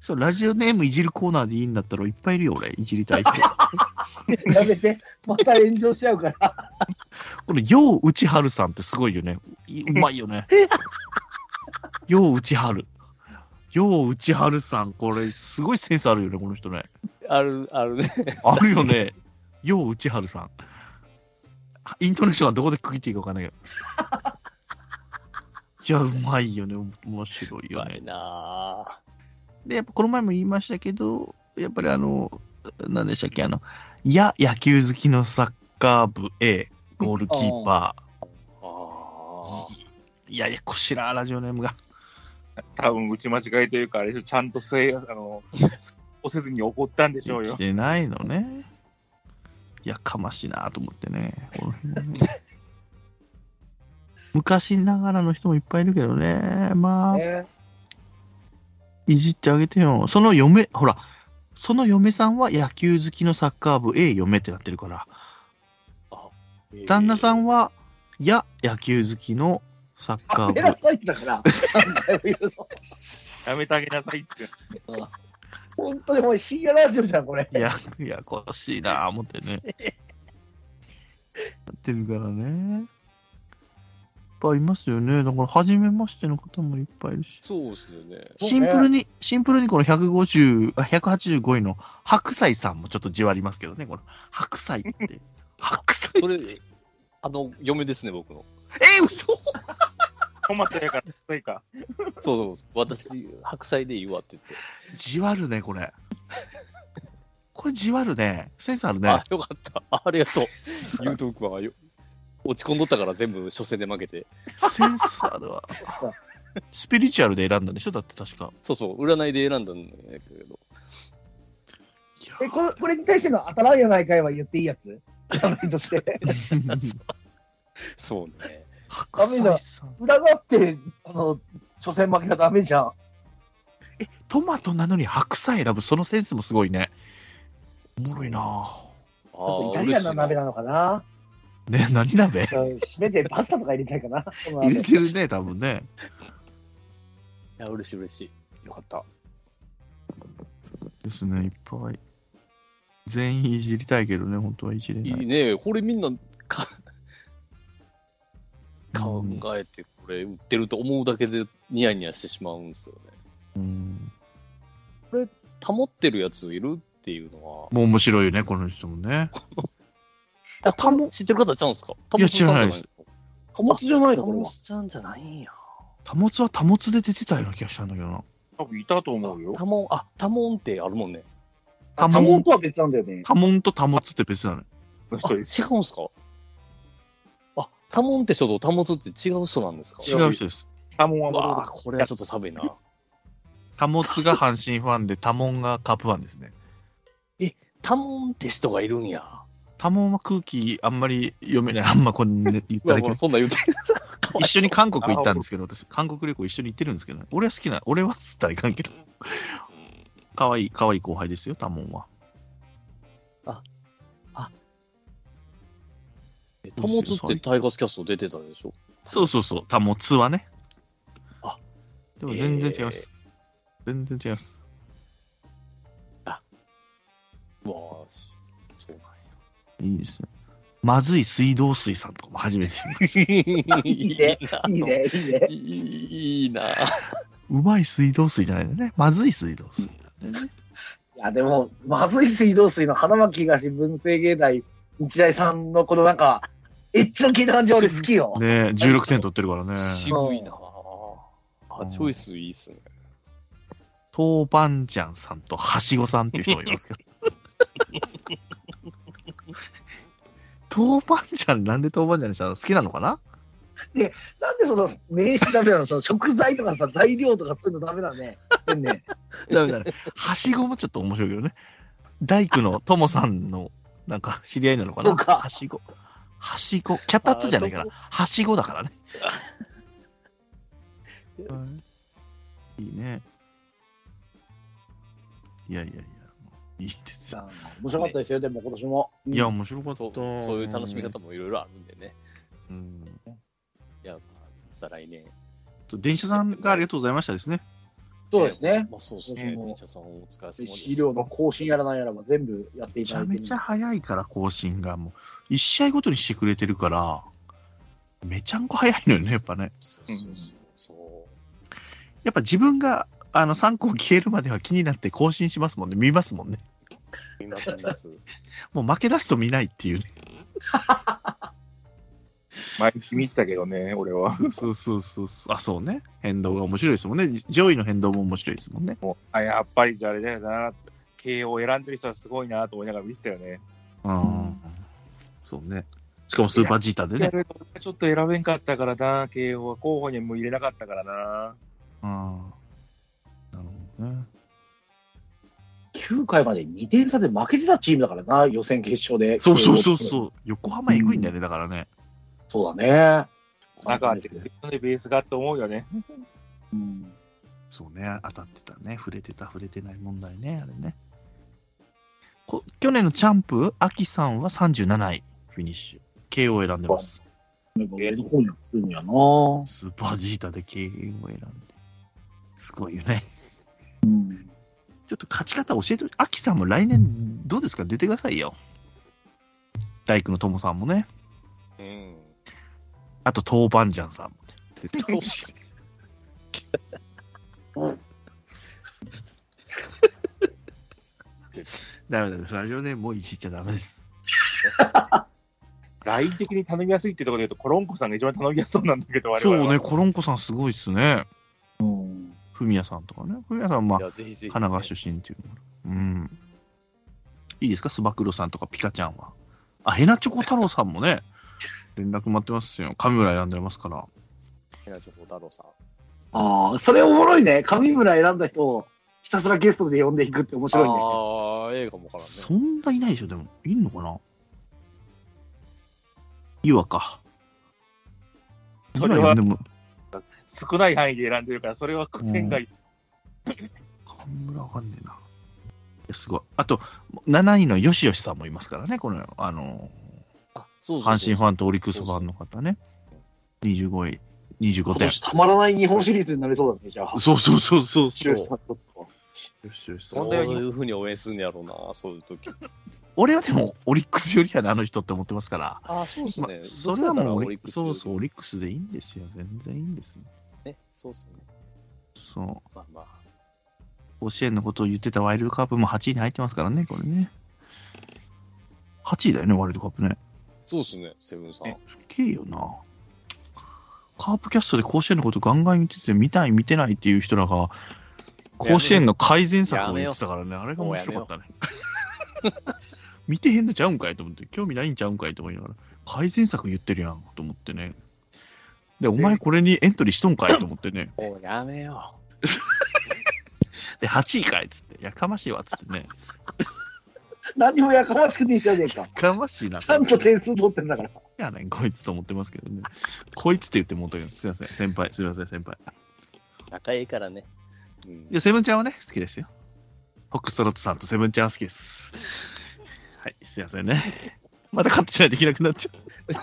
そう、ラジオネームいじるコーナーでいいんだったらいっぱいいるよ、俺。いじりたい人。やめて、また炎上しちゃうから。これ、よう内春さんってすごいよね。いうまいよね。よう内春。よう内春さん、これ、すごいセンスあるよね、この人ね。ある、あるね。あるよね。よう内春さん。イントネーションはどこで区切っていいかわかん ないけど。いや、うまいよね。面白いよ弱ねい。なで、やっぱこの前も言いましたけど、やっぱりあの、何でしたっけ、あの、いや、野球好きのサッカー部 A、ゴールキーパー。ぁ。あいややこしいな、ラジオネームが。多分打ち間違いというか、あれでしょちゃんとせいあの押せずに怒ったんでしょうしよ。てないのね。やかましいなと思ってね。この辺 もね昔ながらの人もいっぱいいるけどね。まあ、ねいじってあげてよ。その嫁、ほら、その嫁さんは野球好きのサッカー部 A 嫁ってなってるから、ー旦那さんは、いや、野球好きのサッカやーめ部なさいってだから。なんだよやめてあげなさいって。本当にお前深夜ラジオじゃん、これ。いや、やこしいなぁ、思ってね。やってるからね。いっぱいいますよね。だから、初めましての方もいっぱいいるし。そうですよね。シンプルに、シンプルにこの150、あ185位の白菜さんもちょっとじわりますけどね、この白菜っ て。白菜えそれ、あの、嫁ですね、僕の。ー、嘘トマトやから強いか。そうそうそう。私、白菜でいいわって言って。じわるね、これ。 これじわるね。センスあるねあ。、よかった。ああり がとう。言うとくわ。よ落ち込んどったから全部初戦で負けて。センスあるわ。スピリチュアルで選んだんでしょだって確か。そうそう、占いで選んだんだけど。いやえこれ、これに対しての当たらんやないかいは言っていいやつ画面として。そうね。白菜さん。裏側って、あの、初戦負けたらダメじゃん。え、トマトなのに白菜選ぶ、そのセンスもすごいね。おもろいなあとイタリアンの鍋なのかなぁね、何鍋うん締めてパスタとか入れたいかな。この入鍋れてるね、多分ね。いや、嬉しい嬉しい。よかった。ですね、いっぱい。全員いじりたいけどね、本当はいじれないい。いね。これみんなか考うんえて、これ売ってると思うだけでニヤニヤしてしまうんですよね。うん保ってるやついるっていうのは。もう面白いよね、この人もね。あ、タモ知ってる方ちゃうんですかタいやモスさんじゃないんですか貨物じゃないのタこれモは。スちゃんじゃないんや。保つは保つで出てたような気がしたんだけどな。多分いたと思うよ。タモン、あ、タモンってあるもんね。多多門門とは別なんだよね。多門と保つって別なのよ。あ、違うんすかあ、タモンって人とタモツって違う人なんですか違う人です。多分はうわあもこれはちょっと寒いな。保つが阪神ファンで、多門がカープファンですね。タモンって人がいるんや。多門は空気あんまり読めない。あんまこんな言っうたわら いけなもうい。そんなん言うてかわいそう一緒に韓国行ったんですけど、私、韓国旅行一緒に行ってるんですけどね。俺は好きな、俺はっつったらいかんけど。可愛い可愛い後輩ですよ、多門は。 えタモツってタイガースキャスト出てたでしょそうそうそう、多門つはね。あでも全然違います。全然違います。うわーしそういいですね。まずい水道水さんとかも初めて。 なんやいいねいいね、いいね。 いいいいなうまい水道水じゃないんだね。まずい水道水。いや、でも、まずい水道水の花巻東文政芸大日大さんのこのなんか、エッチの効いた感じ俺好きよ。ねえ、16点取ってるからね。渋いなあうんチョイスいいっすね豆板醤さんとはしごさんっていう人もいますけ ど。豆板醤、なんで豆板醤にしたの好きなのかななんでその名刺ダメなのその食材とかさ、材料とかそういうのダメだね。せんね。ダメだね。はしごもちょっと面白いけどね。大工のともさんの、なんか知り合いなのかそなうかはしご。はしご。脚立じゃないから。はしごだから ね。はいいいね。いやいやいや、いいですよ。面白かったですよ、でも今年も。いや、面白かったそう。そういう楽しみ方もいろいろあるんでねうんいやまあまた来年電車さんがありがとうございましたですね。そうですね。まあそうですねもう電車さんお疲れ様です医療の更新やらないやらば全部やっていめちただゃいてめる。ちゃ早いから、更新が。もう、1試合ごとにしてくれてるから、めちゃんこ早いのよね、やっぱね。そうそうそうそうやっぱ自分が、あの、参考消えるまでは気になって更新しますもんね。見ますもんね。みんなそんなすもう負け出すと見ないっていうね。う毎日見てたけどね、俺は。そうそうそうそうそう。あ、そうね。変動が面白いですもんね。上位の変動も面白いですもんね。あ、やっぱりじゃああれだよな。慶応を選んでる人はすごいなと思いながら見てたよね。うん。そうね。しかもスーパージータでね。ちょっと選べんかったからな、慶応は候補にも入れなかったからな。うん。なるほどね。 9回まで2点差で負けてたチームだからな、予選決勝で。そうそうそうう。そう。横浜えぐいんだよね、だからね。そうだね。なんかあって、ベースがと思うよね。うんそうね、当たってたね。触れてた、触れてない問題ね、あれね。こ去年のチャンプ、秋さんは37位、フィニッシュ。慶応を選んでます。なんか上の方には来るんやな。スーパージータで慶応を選んで。すごいよね。うんちょっと勝ち方教えて、秋さんも来年どうですか出てくださいよ。大工の友さんもね。 うんあと、豆板醤さんも。出てほしいダメだ、ラジオね、もういじっちゃダメです。ライン的に頼みやすいってところで言うと、コロンコさんが一番頼みやすそうなんだけど、我々今は日ね、コロンコさんすごいっすね。うんフミヤさんとかね。フミヤさんは、まあい、やぜひぜひ神奈川出身っていうのもあるうん。いいですか、スバクロさんとかピカちゃんは。あ、ヘナチョコ太郎さんもね、連絡待ってますよ。神村選んでますから。ヘナチョコ太郎さんああ、それおもろいね。上村選んだ人をひたすらゲストで呼んでいくって面白いね。ああ映画もからんねそんないないでしょ、でも。いんのかな岩か。それ岩は呼んでも、少ない範囲で選んでるから、それは苦戦がいい。わかんねえな。いやすごい。あと、7位のよしよしさんもいますからね、この、あの、あ、そうそう阪そう神ファンとオリックスファンの方ね。25位、25今点。年たまらない日本シリーズになりそうだね、じゃあ。そうそうそうそうそ白う。よ石しさんにとってはよしさそんういうふうに応援するんやろうな、そういう時。俺はでも、オリックスよりやな、あの人って思ってますから。あ、そうですまね。それはもうオリックス、そうそう、オリッックスでいいんですよ。全然いいんですよ。クス。ね、そうですね。そう。まあまあ。甲子園のことを言ってたワイルドカップも8位に入ってますからね、これね。8位だよね、ワイルドカップね。そうですね、セブンさんえ。すっげえよな。カープキャストで甲子園のことガンガン言ってて、見たい、見てないっていう人らが、甲子園の改善策を言ってたからね、あれが面白かったね。見てへんのちゃうんかいと思って、興味ないんちゃうんかいと思いながら、改善策言ってるやんと思ってね。で、お前これにエントリーしとんかいと思ってね。もうやめよ で、8位かいっつって、やかましいわっつってね。 何もやかましくねえじゃねえか。やかましいな。ちゃんと点数取ってんだから。やねん、こいつと思ってますけどね。こいつって言ってもうとけど、すいません、先輩、すいません、先輩。う。仲いいからね。うんいや、セブンちゃんはね、好きですよ。フォックストロットさんとセブンちゃんは好きです。はい、すいませんね。またカットしないといけなくなっちゃう。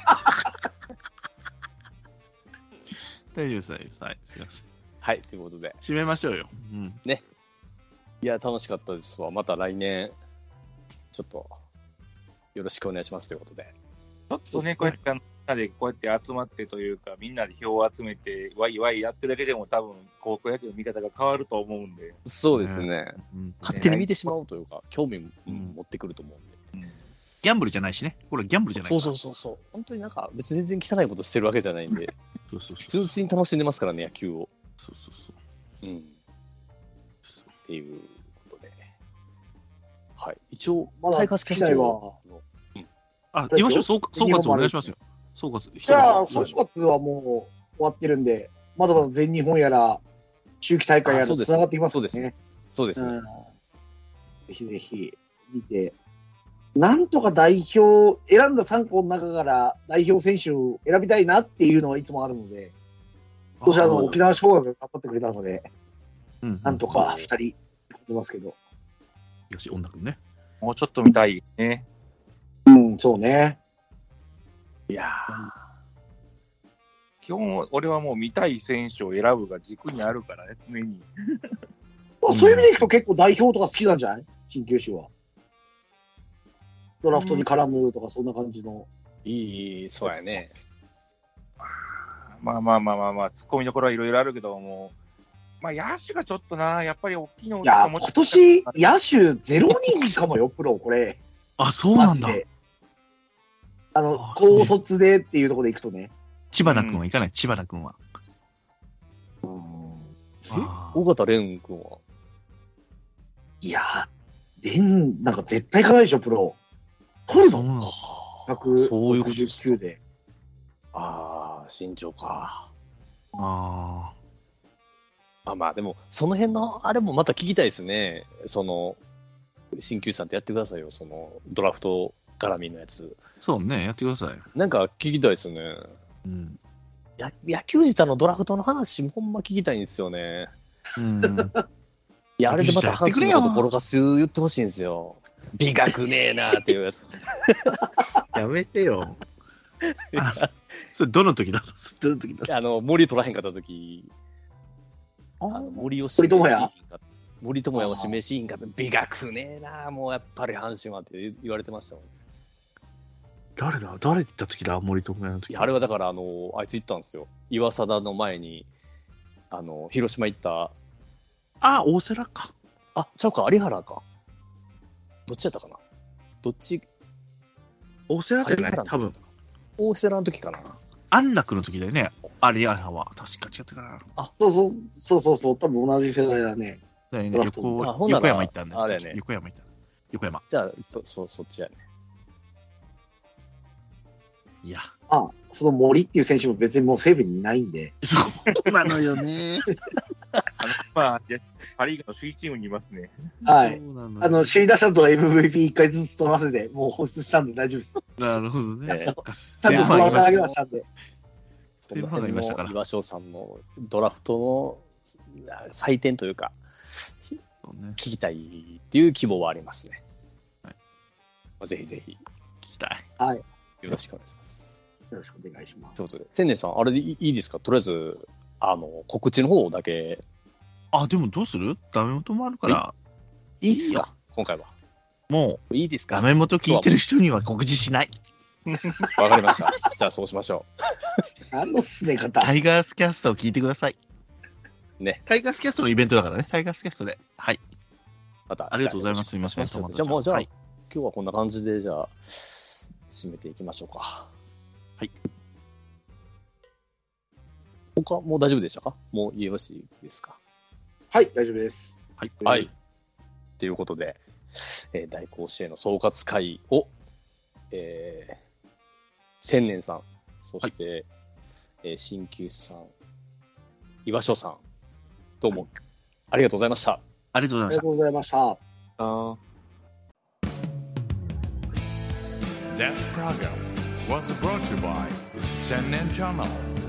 大丈夫です、大丈夫です。はい、すいません。はい、ということで。締めましょうよ。うん。いや、楽しかったですわ。また来年、ちょっと、よろしくお願いしますということで。ちょっとね、こうやって、みんなでこうやって集まってというか、みんなで票を集めて、ワイワイやってるだけでも、多分高校野球の見方が変わると思うんで、そうですね。うん勝手に見てしまうというか、興味もうん持ってくると思うんで。ギャンブルじゃないしね。これギャンブルじゃないそうそううそうそう。本当になんか、別に全然汚いことしてるわけじゃないん で、そうそうそう。純粋に楽しんでますからね、野球を。そうそうそううん。っていうことで。はい。一応、まだ大会スキャストをあ、そうですよ岩下総括総括お願いしますよ。総括。じゃあ、一総人で括はもう終わってるんで、まだまだ全日本やら、秋季大会やら、あそうです繋がってきますね。そうですねそうですね。うんぜひぜひ見て、なんとか代表、選んだ3校の中から代表選手を選びたいなっていうのはいつもあるので、今年あの沖縄尚学が頑張ってくれたので、うんなんとか2人出てますけど、よし、女くんね。もうちょっと見たいね。うん、そうね。いや基本、俺はもう見たい選手を選ぶが軸にあるからね、常に。まあ、そういう意味でいくと結構代表とか好きなんじゃない新球種は。ドラフトに絡むとか、そんな感じの。ーいい、そうやね。まあまあまあまあまあ、突っ込みどころはいろいろあるけども、まあ野手がちょっとな、やっぱり大きいのいや、今年、野手0人かもよ、プロ、これ。あ、そうなんだマジ。であのあ、高卒でっていうところでいくとね。千葉君はいかない、千葉君は。あー尾形蓮君はいやー、連、なんか絶対行かないでしょ、プロ。取るそうのなんだそういうことですか ?169 で。ああ、身長か。あまあまあ、でも、その辺の、あれもまた聞きたいですね。その、新球さんってやってくださいよ。その、ドラフト絡みのやつ。ーそうね、やってください。なんか聞きたいですね。うん。や野球自体のドラフトの話、ほんま聞きたいんですよね。うん、 いや、あれでま野球自体やってた阪くれ神よのことボロカス言ってほしいんですよ。美学ねえなーっていう やつ。やめてよ。 あそれ、どの時だどの時だあの、森取らへんかった時、ああのー森を森友哉森友哉を指名シーンかった。美学ねえなーもうやっぱり阪神はって言われてましたもん。誰だ誰行った時だ森友哉のい時。や、あれはだから、あの、あいつ行ったんですよ。岩貞の前に、あの、広島行った、あ、大瀬良か。あ、ちゃうか、有原か。どっちやったかなどっち、大瀬良じゃない有原の時多分。大瀬良の時かな。安楽の時だよね。あれ、あれは。確か違ったかな。そうそう、そうそうそう、多分同じ世代だね。だよねドラフト横あほんな横ら山行ったんだよ。あれやね横山行った。横山。じゃあ、そ、そ、そっちやね。いや。あ、その森っていう選手も別にもう西武にいないんで。そうなのよね。まあ、でパ・リーグの首位チームにいますね。はいそうなのよ。あの、首位打者と MVP1 回ずつ取らせて、もう放出したんで大丈夫です。なるほどね。ええそっかちゃ んとセブン座マら投ンいましげたはしたんで。そテーマのが辺いましたかのら岩翔さんのドラフトの採点というか、そうね。聞きたいっていう希望はありますね。はいまあぜひぜひ、よ聞きたい。ろしくお願いします。よろしくお願いしますということで、千年さん、あれでいいいですかとりあえず、あの、告知の方だけ、あ、でもどうするダメ元もあるから、いいですか今回は。もいいですう、ダかメ元聞いてる人には告知しない。わかりました。 じゃあ、そうしましょあの進め方タイガースキャストを聞いてください。ね。タイガースキャストのイベントだからね。タイガースキャストで。はい。う。また。ありがとうございます。すみません。じゃ友あ、達じゃあもう、じゃあ、はい今日はこんな感じで、じゃあ、締めていきましょうか。はい。他、もう大丈夫でしたかもうよろしいですかはい大丈夫ですはい。はい。ということで、えー大甲子園の総括会を、えー千年さん、そして、えー鍼灸師さん、岩所さん、どうも、ありがとうございました。ありがとうあござりがいまとうございましたあー That's Prago was brought to you by Sennen Channel.